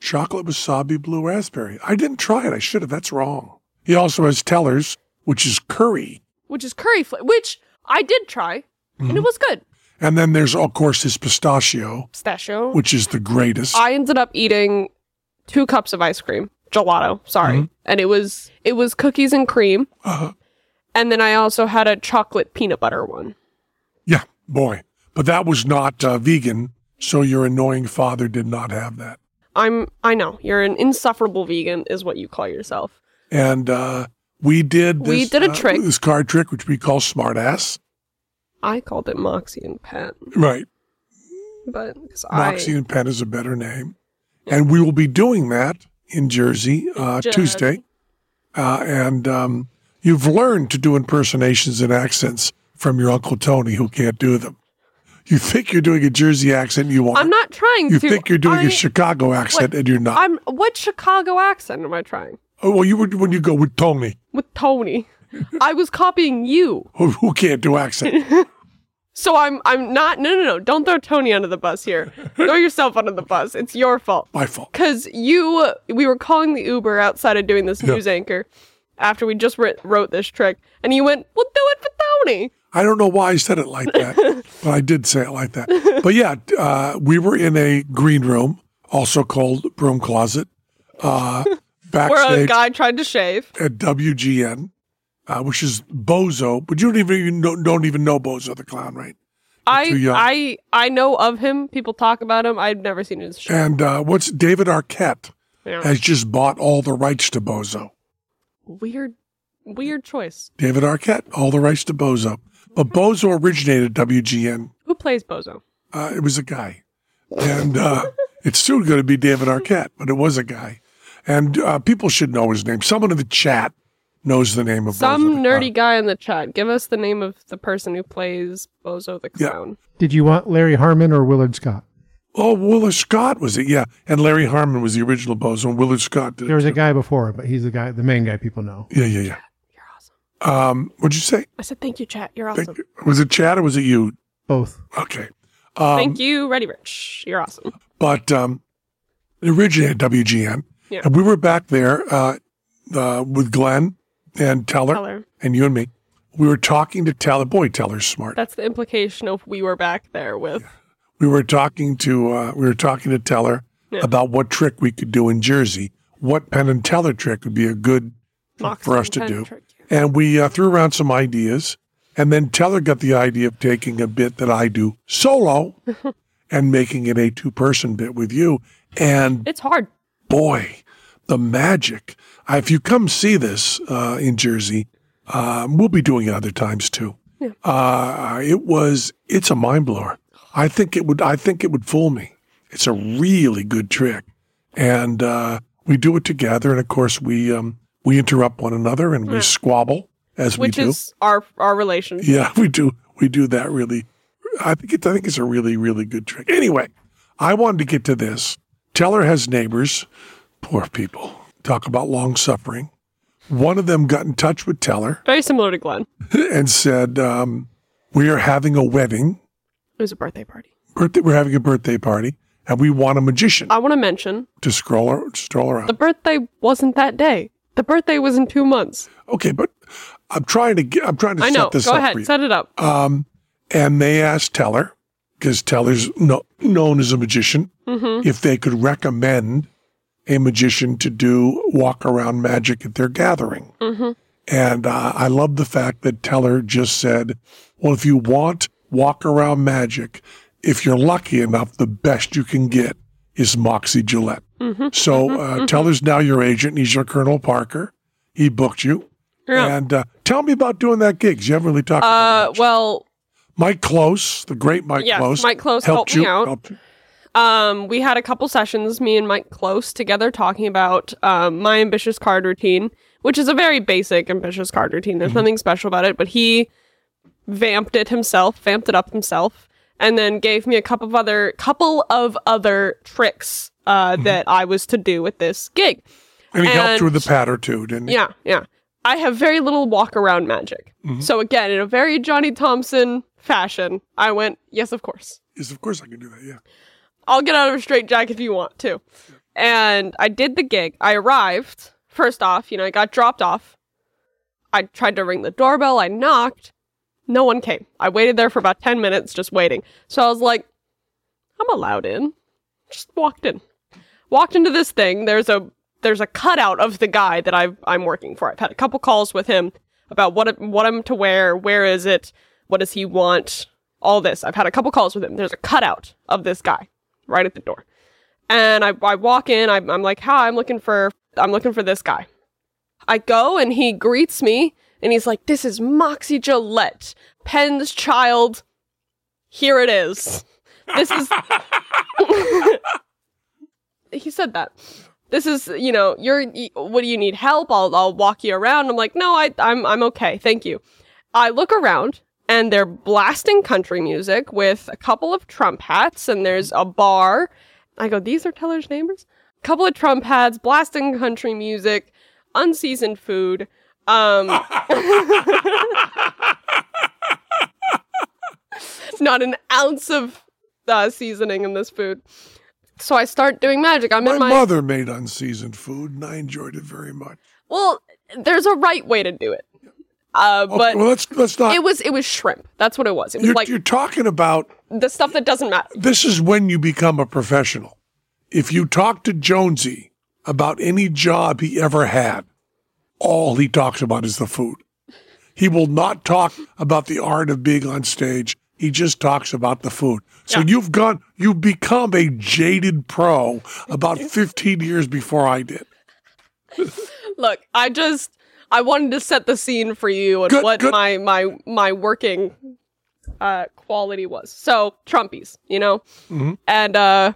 Speaker 1: Chocolate wasabi blue raspberry. I didn't try it. I should have. That's wrong. He also has tellers, which is curry.
Speaker 2: Which is curry flavor which I did try and
Speaker 1: Mm-hmm.
Speaker 2: it was good.
Speaker 1: And then there's, of course, his pistachio,
Speaker 2: Pistachio.
Speaker 1: which is the greatest.
Speaker 2: I ended up eating two cups of ice cream. Gelato, sorry.
Speaker 1: Mm-hmm.
Speaker 2: And it was it was cookies and cream.
Speaker 1: Uh-huh.
Speaker 2: And then I also had a chocolate peanut butter one.
Speaker 1: Yeah, boy. But that was not uh, vegan, so your annoying father did not have that.
Speaker 2: I'm I know, you're an insufferable vegan is what you call yourself.
Speaker 1: And uh, we did this,
Speaker 2: We did a
Speaker 1: uh,
Speaker 2: trick.
Speaker 1: this card trick, which we call smartass.
Speaker 2: I called it Moxie and Pen,
Speaker 1: Right,
Speaker 2: but 'cause
Speaker 1: Moxie and Penn is a better name, and we will be doing that in Jersey uh,
Speaker 2: Jersey.
Speaker 1: Tuesday. Uh, and um, you've learned to do impersonations and accents from your uncle Tony, who can't do them. You think you're doing a Jersey accent, you
Speaker 2: I,
Speaker 1: aren't.
Speaker 2: I'm not trying
Speaker 1: you
Speaker 2: to.
Speaker 1: think you're doing
Speaker 2: I,
Speaker 1: a Chicago accent, and you're not.
Speaker 2: I'm what Chicago accent am I trying
Speaker 1: oh, well, you would when you go with Tony.
Speaker 2: with Tony? I was copying you,
Speaker 1: who, who can't do accent.
Speaker 2: so I'm I'm not. No, no, no! Don't throw Tony under the bus here. throw yourself under the bus. It's your fault.
Speaker 1: My fault.
Speaker 2: Because you, we were calling the Uber outside of doing this news anchor after we just writ wrote this trick, and you went, "Well, do it for Tony."
Speaker 1: I don't know why I said it like that, but I did say it like that. But yeah, uh, we were in a green room, also called broom closet, uh,
Speaker 2: Where a
Speaker 1: backstage
Speaker 2: guy tried to shave.
Speaker 1: at WGN, uh, which is Bozo. But you don't even, you know, don't even know Bozo the clown, right? too
Speaker 2: I
Speaker 1: young.
Speaker 2: I I know of him. People talk about him. I've never seen his show.
Speaker 1: And uh, what's David Arquette
Speaker 2: Yeah.
Speaker 1: has just bought all the rights to Bozo.
Speaker 2: weird weird choice.
Speaker 1: David Arquette, all the rights to Bozo. But Bozo originated WGN
Speaker 2: Who plays Bozo?
Speaker 1: Uh, it was a guy. And uh, it's soon going to be David Arquette, but it was a guy. And uh, people should know his name. Someone in the chat knows the name of
Speaker 2: Some
Speaker 1: Bozo the
Speaker 2: nerdy
Speaker 1: Clown.
Speaker 2: guy in the chat. Give us the name of the person who plays Bozo the
Speaker 1: Yeah.
Speaker 2: clown.
Speaker 3: Did you want Larry Harmon or Willard Scott?
Speaker 1: Oh, Willard Scott was it? Yeah. And Larry Harmon was the original Bozo, and Willard Scott did
Speaker 3: There was
Speaker 1: it.
Speaker 3: a guy before, him, but he's the guy, the main guy people know.
Speaker 1: too. yeah, yeah,
Speaker 2: You're awesome.
Speaker 1: yeah. Um, what'd you say?
Speaker 2: I said thank you, chat. You're awesome. Thank you,
Speaker 1: Was it Chad or was it you?
Speaker 3: Both.
Speaker 1: Okay. Um,
Speaker 2: Ready Rich. You're awesome.
Speaker 1: But um, it originated at WGN.
Speaker 2: Yeah.
Speaker 1: And we were back there uh, uh, with Glenn and Teller,
Speaker 2: Teller.
Speaker 1: and you and me. We were talking to Teller. Boy, Teller's smart.
Speaker 2: That's the implication of we were back there with
Speaker 1: we were talking to uh, we were talking to Teller
Speaker 2: Yeah.
Speaker 1: about what trick we could do in Jersey. What Penn and Teller trick would be a good trick
Speaker 2: Moxie
Speaker 1: for us
Speaker 2: and
Speaker 1: to
Speaker 2: Penn
Speaker 1: do?
Speaker 2: trick.
Speaker 1: And we uh, threw around some ideas, and then Teller got the idea of taking a bit that I do solo and making it a two-person bit with you. And
Speaker 2: It's hard.
Speaker 1: boy, the magic! Uh, If you come see this uh, in Jersey, Um, we'll be doing it other times too. Uh, it was. It's a mind blower. I think it would. I think it would fool me. It's a really good trick, and uh, we do it together. And of course, we um, we interrupt one another and we squabble as
Speaker 2: which
Speaker 1: we do.
Speaker 2: is our our relation.
Speaker 1: Yeah, we do. We do that really. I think it, I think it's a really really good trick. Anyway, I wanted to get to this. Teller has neighbors. Poor people. Talk about long suffering. One of them got in touch with Teller
Speaker 2: Very similar to Glenn.
Speaker 1: and said, um, "We are having a wedding.
Speaker 2: It was a birthday party.
Speaker 1: Birthday, we're having a birthday party, and we want a magician
Speaker 2: I want to mention
Speaker 1: to scroll to stroll around."
Speaker 2: the birthday wasn't that day. The birthday was in two months.
Speaker 1: Okay, but I'm trying to get, I'm trying to
Speaker 2: I
Speaker 1: set
Speaker 2: know.
Speaker 1: this
Speaker 2: Go
Speaker 1: up
Speaker 2: ahead,
Speaker 1: for you.
Speaker 2: set it up.
Speaker 1: Um, and they asked Teller, because Teller's no, known as a magician,
Speaker 2: Mm-hmm.
Speaker 1: if they could recommend a magician to do walk around magic at their gathering.
Speaker 2: Mm-hmm.
Speaker 1: And uh, I love the fact that Teller just said, well, if you want walk around magic, if you're lucky enough, the best you can get is Moxie Gillette.
Speaker 2: Mm-hmm.
Speaker 1: So uh, Teller's now your agent. He's your Colonel Parker. He booked you.
Speaker 2: Yeah.
Speaker 1: And uh, tell me about doing that gig. 'cause You haven't really talked about it.
Speaker 2: Uh,
Speaker 1: much.
Speaker 2: well,
Speaker 1: Mike Close, the great Mike
Speaker 2: Yes,
Speaker 1: Close.
Speaker 2: Mike Close helped me out.
Speaker 1: you.
Speaker 2: um, we had a couple sessions, me and Mike Close together, talking about um, my ambitious card routine, which is a very basic ambitious card routine.
Speaker 1: Mm-hmm.
Speaker 2: There's nothing special about it, but he vamped it himself, vamped it up himself, and then gave me a couple of other couple of other tricks uh,
Speaker 1: Mm-hmm.
Speaker 2: that I was to do with this gig.
Speaker 1: And he helped you
Speaker 2: And-
Speaker 1: with the pat or two, didn't he?
Speaker 2: Yeah, yeah. I have very little walk around magic.
Speaker 1: Mm-hmm.
Speaker 2: So again, in a very Johnny Thompson fashion, I went, yes, of course.
Speaker 1: Yes, of course I can do that. Yeah.
Speaker 2: I'll get out of a straitjacket if you want to. And I did the gig. I arrived. First off, you know, I got dropped off. I tried to ring the doorbell. I knocked. No one came. I waited there for about 10 minutes just waiting. So I was like, I'm allowed in. Just walked in. Walked into this thing. There's a there's a cutout of the guy that I've, I'm working for. I've had a couple calls with him about what what I'm to wear, where is it, what does he want, all this. I've had a couple calls with him. There's a cutout of this guy right at the door. And I, I walk in, I'm, I'm like, hi, I'm looking for, I'm looking for this guy. I go and he greets me and he's like, this is Moxie Gillette, Penn's child. Here it is. This is, he said that. This is, you know, you're, y- what do you need help? I'll, I'll walk you around. I'm like, no, I, I'm, I'm okay. Thank you. I look around and they're blasting country music with a couple of Trump hats and there's a bar. I go, these are Teller's neighbors? A couple of Trump hats, blasting country music, unseasoned food. Um, not an ounce of uh, seasoning in this food. So I start doing magic. I'm
Speaker 1: My,
Speaker 2: in my
Speaker 1: mother made unseasoned food, and I enjoyed it very much.
Speaker 2: well. There's a right way to do it, uh,
Speaker 1: Okay,
Speaker 2: but
Speaker 1: well, let's let's not.
Speaker 2: it was it was shrimp. That's what it was. It was
Speaker 1: you're,
Speaker 2: like
Speaker 1: you're talking about
Speaker 2: the stuff that doesn't matter.
Speaker 1: this is when you become a professional. If you talk to Jonesy about any job he ever had, all he talks about is the food. He will not talk about the art of being on stage. He just talks about the food. So you've gone, you've become a jaded pro about 15 years before I did.
Speaker 2: Look, I just I wanted to set the scene for you and
Speaker 1: Good,
Speaker 2: what
Speaker 1: good.
Speaker 2: my my my working uh quality was. So Trumpies, you know,
Speaker 1: Mm-hmm.
Speaker 2: and uh,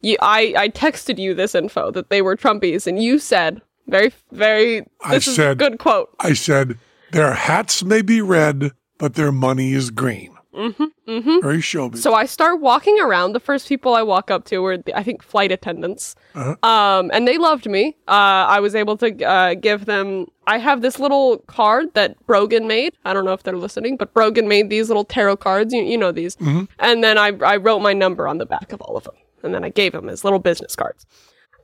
Speaker 2: you, I I texted you this info that they were Trumpies, and you said very very this
Speaker 1: I
Speaker 2: is
Speaker 1: said-
Speaker 2: a good quote.
Speaker 1: I said, their hats may be red, but their money is green. Mm-hmm, mm-hmm. Very showbiz.
Speaker 2: So I start walking around. The first people I walk up to were, I think, flight attendants. Um, and they loved me. Uh, I was able to uh, give them. I have this little card that Brogan made. I don't know if they're listening, but Brogan made these little tarot cards. You, you know these. And then I, I wrote my number on the back of all of them. And then I gave him his little business cards.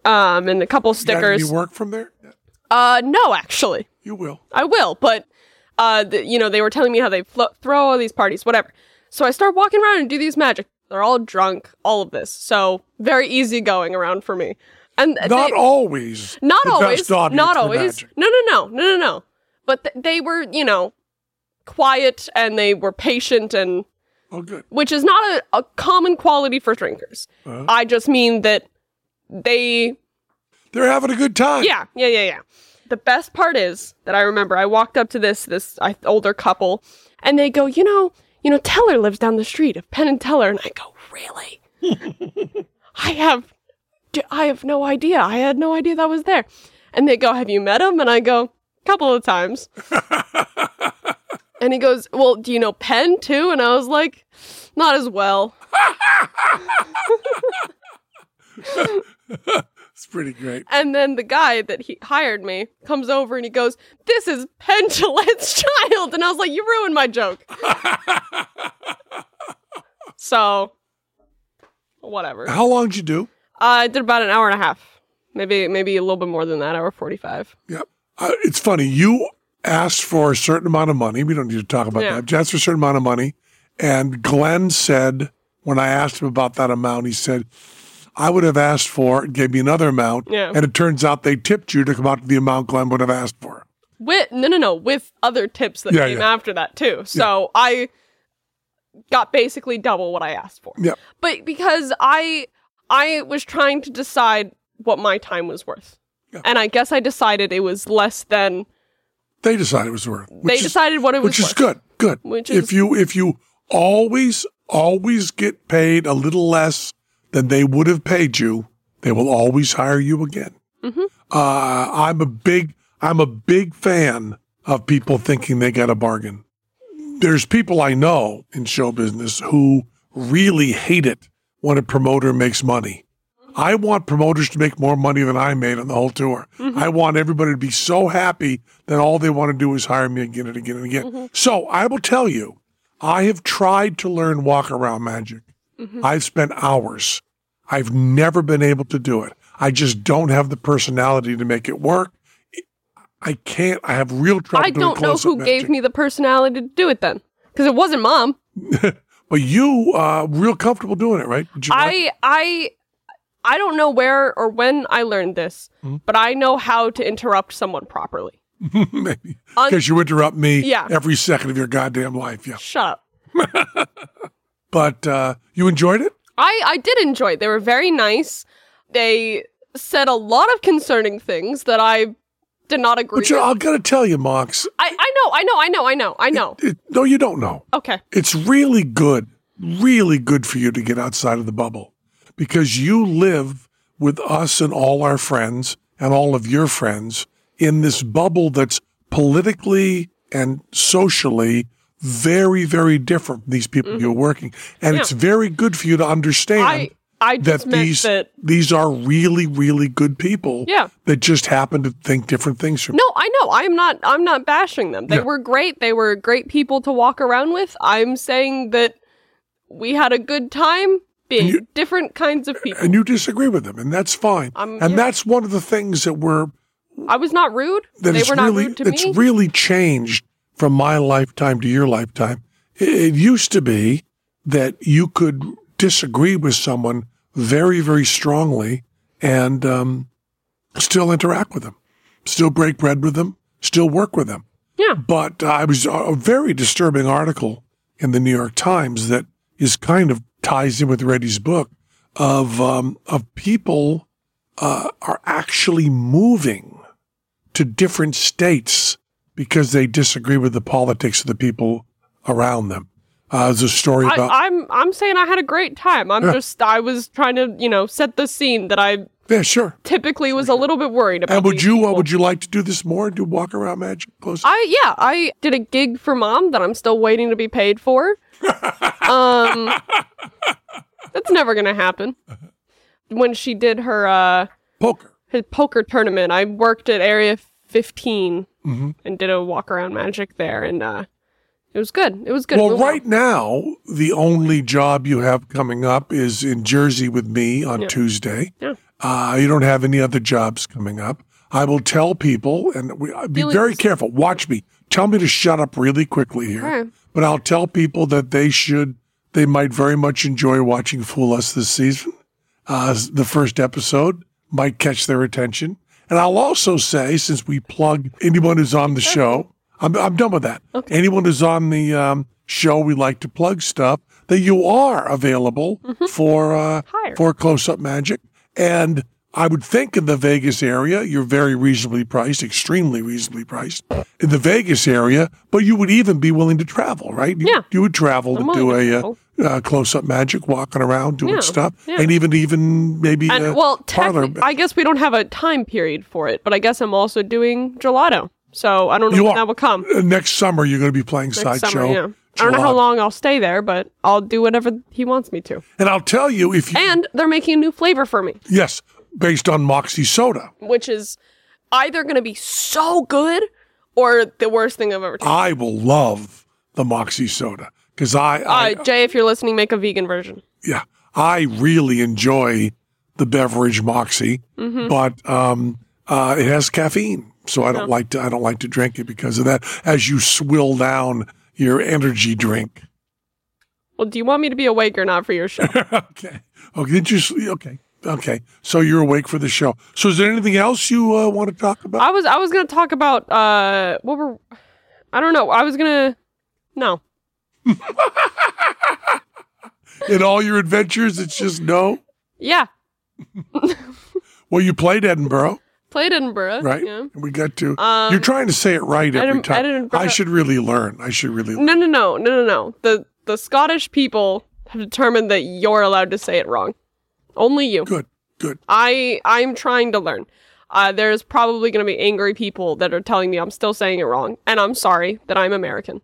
Speaker 2: Um, and a couple
Speaker 1: You got any
Speaker 2: stickers.
Speaker 1: work from there? Yeah,
Speaker 2: Uh, no, actually.
Speaker 1: You will.
Speaker 2: I will, but uh, th- you know, they were telling me how they flo- throw all these parties, whatever. So I start walking around and do these magic. They're all drunk, all of this. So very easy going around for me. And th-
Speaker 1: Not
Speaker 2: they-
Speaker 1: always.
Speaker 2: not
Speaker 1: the best
Speaker 2: always,
Speaker 1: audience
Speaker 2: not
Speaker 1: for
Speaker 2: always.
Speaker 1: magic.
Speaker 2: No, no, no, no, no, no. But th- they were, you know, quiet and they were patient and
Speaker 1: Oh, good.
Speaker 2: which is not a, a common quality for drinkers.
Speaker 1: Uh-huh.
Speaker 2: I just mean that they
Speaker 1: They're having a good time.
Speaker 2: yeah, yeah, yeah, yeah. the best part is that I remember I walked up to this this I- older couple, and they go, you know, you know, Teller lives down the street of Penn and Teller, and I go, really? I have, d- I have no idea. I had no idea that was there. And they go, have you met him? And I go, couple of times. and he goes, well, do you know Penn too? And I was like, not as well.
Speaker 1: It's pretty great.
Speaker 2: And then the guy that he hired me comes over and he goes, This is Penn Gillette's child. And I was like, You ruined my joke. so, whatever. Uh,
Speaker 1: How long did you do?
Speaker 2: I did about an hour and a half. Maybe, maybe a little bit more than that, hour 45.
Speaker 1: Yep. Uh, it's funny. You asked for a certain amount of money. We don't need to talk about
Speaker 2: Yeah.
Speaker 1: that. You asked for a certain amount of money. And Glenn said, when I asked him about that amount, he said, I would have asked for, it, gave me another amount.
Speaker 2: Yeah.
Speaker 1: And it turns out they tipped you to come out to the amount Glenn would have asked for.
Speaker 2: With, no, no, no, with other tips that
Speaker 1: Yeah,
Speaker 2: came
Speaker 1: yeah.
Speaker 2: after that, too. So I got basically double what I asked for.
Speaker 1: Yep.
Speaker 2: but because i i was trying to decide what my time was worth
Speaker 1: Yeah.
Speaker 2: and i guess i decided it was less than
Speaker 1: They decided it was worth.
Speaker 2: they
Speaker 1: which is-
Speaker 2: decided what it was
Speaker 1: which is
Speaker 2: worth.
Speaker 1: good. Good.
Speaker 2: Which
Speaker 1: if
Speaker 2: is-
Speaker 1: you if you always always get paid a little less than they would have paid you, they will always hire you again.
Speaker 2: Mm-hmm.
Speaker 1: Uh, I'm a big I'm a big fan of people thinking they got a bargain. There's people I know in show business who really hate it when a promoter makes money. I want promoters to make more money than I made on the whole tour.
Speaker 2: Mm-hmm.
Speaker 1: I want everybody to be so happy that all they want to do is hire me again and again and again.
Speaker 2: Mm-hmm.
Speaker 1: So I will tell you, I have tried to learn walk around magic.
Speaker 2: Mm-hmm.
Speaker 1: I've spent hours. I've never been able to do it. I just don't have the personality to make it work. I can't. I have real trouble.
Speaker 2: i don't
Speaker 1: doing
Speaker 2: know who
Speaker 1: close-up
Speaker 2: gave
Speaker 1: magic.
Speaker 2: me the personality to do it then because it wasn't mom
Speaker 1: But you, uh, real comfortable doing it, right? Did you like-
Speaker 2: i i i don't know where or when i learned this
Speaker 1: Hmm?
Speaker 2: but i know how to interrupt someone properly
Speaker 1: maybe
Speaker 2: Un-
Speaker 1: because you interrupt me
Speaker 2: Yeah.
Speaker 1: every second of your goddamn life. Yeah.
Speaker 2: shut up
Speaker 1: But uh, you enjoyed it.
Speaker 2: I, I did enjoy it. They were very nice. They said a lot of concerning things that I did not agree
Speaker 1: But you,
Speaker 2: with.
Speaker 1: I've got to tell you, Mox.
Speaker 2: I, I know, I know, I know, I know, I know.
Speaker 1: It, no, you don't know.
Speaker 2: Okay.
Speaker 1: It's really good, really good for you to get outside of the bubble because you live with us and all our friends and all of your friends in this bubble that's politically and socially very, very different from these people you're working. And it's very good for you to understand
Speaker 2: Mm-hmm. I I
Speaker 1: that
Speaker 2: just meant
Speaker 1: these
Speaker 2: that
Speaker 1: these are really, really good people
Speaker 2: Yeah.
Speaker 1: that just happen to think different things from
Speaker 2: No, I know. I'm not I'm not bashing them. They
Speaker 1: Yeah.
Speaker 2: were great. They were great people to walk around with. I'm saying that we had a good time being
Speaker 1: you-
Speaker 2: different kinds of people.
Speaker 1: and you disagree with them, and that's fine.
Speaker 2: Um,
Speaker 1: and
Speaker 2: yeah.
Speaker 1: that's one of the things that we're
Speaker 2: I was not rude.
Speaker 1: that
Speaker 2: they
Speaker 1: it's
Speaker 2: were not
Speaker 1: really
Speaker 2: rude to
Speaker 1: it's
Speaker 2: me.
Speaker 1: really changed from my lifetime to your lifetime. It, it used to be that you could disagree with someone very, very strongly and um, still interact with them, still break bread with them, still work with them.
Speaker 2: yeah.
Speaker 1: But uh, I was a very disturbing article in the New York Times that is kind of ties in with Reddy's book of um, of people uh, are actually moving to different states because they disagree with the politics of the people around them. Uh, there's a story about
Speaker 2: I, I'm I'm saying I had a great time. I'm
Speaker 1: Yeah.
Speaker 2: just I was trying to you know set the scene that I
Speaker 1: yeah, sure.
Speaker 2: typically was a little bit worried about.
Speaker 1: And would
Speaker 2: these
Speaker 1: you uh,
Speaker 2: people.
Speaker 1: would you like to do this more? Do walk around magic close?
Speaker 2: I yeah I did a gig for mom that I'm still waiting to be paid for. um, that's never gonna happen. When she did her uh
Speaker 1: poker.
Speaker 2: her poker tournament, I worked at Area 15
Speaker 1: Mm-hmm.
Speaker 2: and did a walk around magic there, and uh, it was good. It was good. It
Speaker 1: Well,
Speaker 2: went well.
Speaker 1: right now, the only job you have coming up is in Jersey with me on
Speaker 2: Yeah.
Speaker 1: Tuesday.
Speaker 2: Yeah.
Speaker 1: Uh, you don't have any other jobs coming up. I will tell people, and we, uh, be
Speaker 2: Really
Speaker 1: very
Speaker 2: just-
Speaker 1: careful. Watch me. Tell me to shut up really quickly here.
Speaker 2: All right.
Speaker 1: But I'll tell people that they should, they might very much enjoy watching Fool Us this season. Uh, the first episode might catch their attention. And I'll also say, since we plug anyone who's on the show, I'm, I'm done with that. Anyone who's on the um, show, we like to plug stuff
Speaker 2: Mm-hmm.
Speaker 1: that you are available for uh,
Speaker 2: Hire.
Speaker 1: for close up magic. And I would think in the Vegas area, you're very reasonably priced, extremely reasonably priced in the Vegas area, but you would even be willing to travel, right? You,
Speaker 2: Yeah.
Speaker 1: You would travel
Speaker 2: I'm
Speaker 1: to do
Speaker 2: willing to
Speaker 1: a uh,
Speaker 2: travel.
Speaker 1: uh, close up magic, walking around, doing
Speaker 2: Yeah,
Speaker 1: stuff,
Speaker 2: yeah.
Speaker 1: and even, even maybe
Speaker 2: And
Speaker 1: uh,
Speaker 2: well,
Speaker 1: parlor.
Speaker 2: techni- I guess we don't have a time period for it, but I guess I'm also doing gelato, so I don't know
Speaker 1: You
Speaker 2: when
Speaker 1: are.
Speaker 2: that will come
Speaker 1: Uh, Next summer, you're going to be playing
Speaker 2: next
Speaker 1: sideshow.
Speaker 2: summer. Yeah, I don't know how
Speaker 1: Gelato.
Speaker 2: long I'll stay there, but I'll do whatever he wants me to.
Speaker 1: And I'll tell you if you,
Speaker 2: And they're making a new flavor for me,
Speaker 1: yes, based on Moxie Soda.
Speaker 2: which is either going to be so good or the worst thing I've ever tasted.
Speaker 1: I will love the Moxie Soda because I, I,
Speaker 2: Uh, Jay, if you're listening, make a vegan version.
Speaker 1: yeah, I really enjoy the beverage Moxie,
Speaker 2: Mm-hmm.
Speaker 1: but um, uh, it has caffeine, so I don't like to I don't like to drink it because of that. As you swill down your energy drink,
Speaker 2: Well, do you want me to be awake or not for your show?
Speaker 1: okay, okay, did you, s- okay, okay. So you're awake for the show. So is there anything else you uh, want to talk about?
Speaker 2: I was I was gonna talk about uh what were I don't know. I was gonna no.
Speaker 1: In all your adventures, it's just no.
Speaker 2: Yeah.
Speaker 1: Well, you played Edinburgh,
Speaker 2: Played Edinburgh.
Speaker 1: right?
Speaker 2: Yeah.
Speaker 1: We got to.
Speaker 2: Um,
Speaker 1: you're trying to say it right every
Speaker 2: Edin-
Speaker 1: time.
Speaker 2: Edinburgh-
Speaker 1: I should really learn. I should really.
Speaker 2: No no no no no no. The the Scottish people have determined that you're allowed to say it wrong. Only you.
Speaker 1: Good, good.
Speaker 2: I I'm trying to learn. Uh, there's probably going to be angry people that are telling me I'm still saying it wrong, and I'm sorry that I'm American.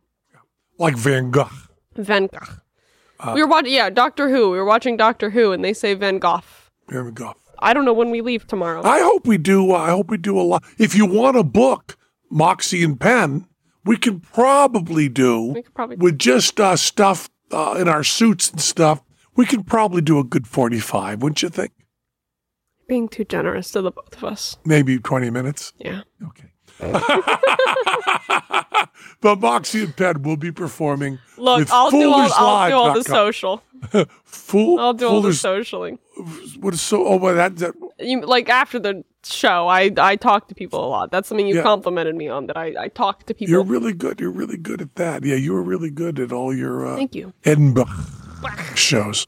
Speaker 1: Like Van Gogh.
Speaker 2: Van Gogh. we were watching, yeah, Doctor Who. We were watching Doctor Who, and they say Van Gogh.
Speaker 1: There we go.
Speaker 2: I don't know when we leave tomorrow.
Speaker 1: I hope we do. uh, I hope we do a lot. If you want a book, Moxie and Pen, we can probably do
Speaker 2: we could probably
Speaker 1: with just uh, stuff uh, in our suits and stuff. We can probably do a good forty-five, wouldn't you think?
Speaker 2: being too generous to the both of us.
Speaker 1: Maybe twenty minutes.
Speaker 2: Yeah.
Speaker 1: Okay. but Moxie and Pen will be performing.
Speaker 2: Look,
Speaker 1: with
Speaker 2: I'll do all, I'll do all the
Speaker 1: foolerslive.com.
Speaker 2: social.
Speaker 1: Fool,
Speaker 2: I'll do all the
Speaker 1: Foolers-
Speaker 2: socialing.
Speaker 1: What is so? Oh, well, that, that
Speaker 2: You, like after the show, I I talk to people a lot. That's something you
Speaker 1: Yeah.
Speaker 2: complimented me on. That I I talk to people.
Speaker 1: you're really good. You're really good at that. Yeah, you were really good at all your uh,
Speaker 2: Thank you.
Speaker 1: Edinburgh shows.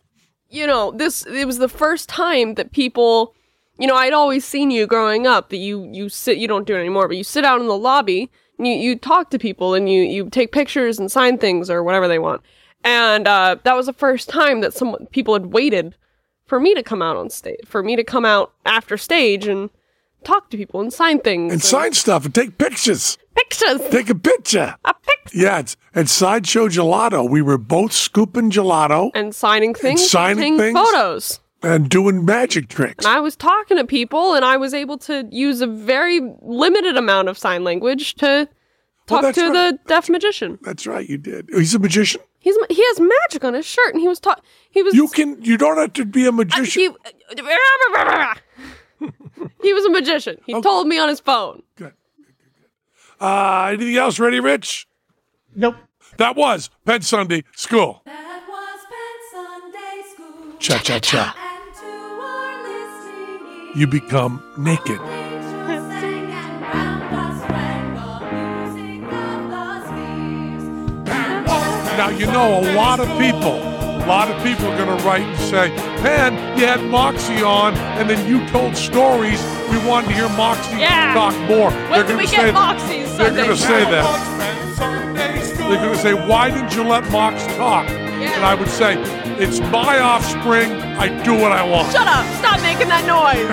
Speaker 2: you know, this it was the first time that people, you know, I'd always seen you growing up that you you sit you don't do it anymore, but you sit out in the lobby, and you you talk to people and you you take pictures and sign things or whatever they want. And uh, that was the first time that some people had waited for me to come out on stage, for me to come out after stage and talk to people and sign things
Speaker 1: and sign stuff and take pictures.
Speaker 2: pictures.
Speaker 1: Take a picture.
Speaker 2: A pic-
Speaker 1: Yeah, it's at Sideshow Gelato. We were both scooping gelato
Speaker 2: and signing things,
Speaker 1: signing
Speaker 2: taking
Speaker 1: things.
Speaker 2: photos.
Speaker 1: and doing magic tricks.
Speaker 2: And I was talking to people, and I was able to use a very limited amount of sign language to
Speaker 1: Well,
Speaker 2: talk
Speaker 1: that's
Speaker 2: to
Speaker 1: what-
Speaker 2: the deaf magician.
Speaker 1: That's right, you did. He's a magician.
Speaker 2: He's ma- he has magic on his shirt, and he was talking. He was
Speaker 1: You can. You don't have to be a
Speaker 2: I-
Speaker 1: magician.
Speaker 2: he, he was a magician. He told me on his phone.
Speaker 1: Uh, anything else, ready, Rich?
Speaker 3: Nope.
Speaker 1: That was Penn Sunday School.
Speaker 6: That was Penn Sunday School.
Speaker 1: Cha cha cha.
Speaker 6: And to our listening
Speaker 1: You become naked.
Speaker 6: angels sang and round us rang the music of the spheres. That was
Speaker 1: Now you know a lot of people. A lot of people are going to write and say, "Penn, you had Moxie on, and then you told stories. We wanted to hear Moxie
Speaker 2: Yeah.
Speaker 1: talk more."
Speaker 2: When do
Speaker 1: gonna
Speaker 2: we
Speaker 1: say
Speaker 2: get Moxie's
Speaker 1: They're
Speaker 2: Sunday?
Speaker 1: going to say that. They're going to say, why didn't you let Mox talk? And I would say, it's my offspring. I do what I want.
Speaker 2: Shut up! Stop making that noise.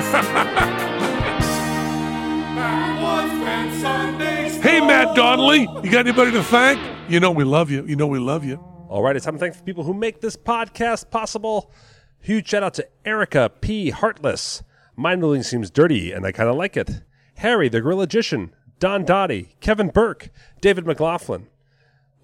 Speaker 1: Hey, Matt Donnelly, you got anybody to thank? You know we love you. You know we love you.
Speaker 7: All right, it's time to thank the people who make this podcast possible. Huge shout out to Erica P. Heartless. Mind Bowling seems dirty, and I kind of like it. Harry, the Gorilla Magician, Don Dottie, Kevin Burke, David McLaughlin,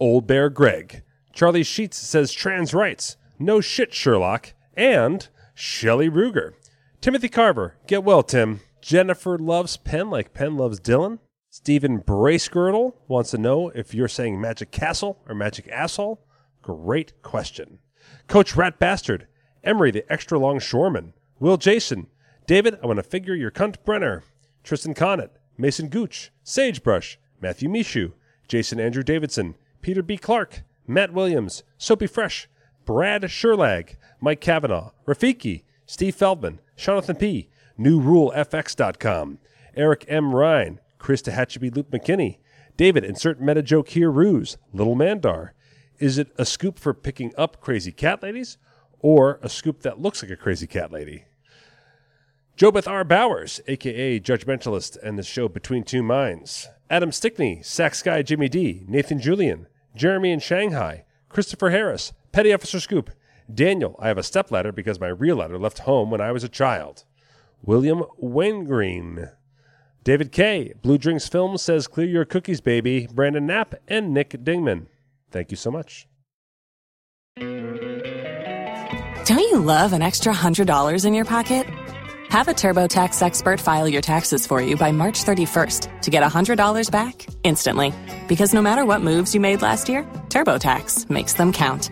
Speaker 7: Old Bear Greg, Charlie Sheets says trans rights, no shit Sherlock, and Shelley Ruger, Timothy Carver, get well Tim, Jennifer loves Penn like Penn loves Dylan, Stephen Bracegirdle wants to know if you're saying Magic Castle or Magic Asshole. Great question. Coach Rat Bastard, Emery the Extra Long Shoreman, Will Jason, David, I want to figure your cunt Brenner, Tristan Connett, Mason Gooch, Sagebrush, Matthew Mishu, Jason Andrew Davidson, Peter B. Clark, Matt Williams, Soapy Fresh, Brad Sherlag, Mike Kavanaugh, Rafiki, Steve Feldman, Jonathan P., newrulefx.com, Eric M. Ryan, Chris Tehachaby, Luke McKinney, David, insert meta joke here, Ruse, Little Mandar. Is it a scoop for picking up crazy cat ladies or a scoop that looks like a crazy cat lady? Jobeth R. Bowers, aka Judgmentalist, and the show Between Two Minds. Adam Stickney, Sax Guy Jimmy D, Nathan Julian, Jeremy in Shanghai, Christopher Harris, Petty Officer Scoop, Daniel, I have a stepladder because my real ladder left home when I was a child. William Wengreen. David K. Blue Drinks Film says, Clear your cookies, baby. Brandon Knapp and Nick Dingman. Thank you so much.
Speaker 8: Don't you love an extra $100 in your pocket? Have a TurboTax expert file your taxes for you by March 31st to get $100 back instantly. Because no matter what moves you made last year, TurboTax makes them count.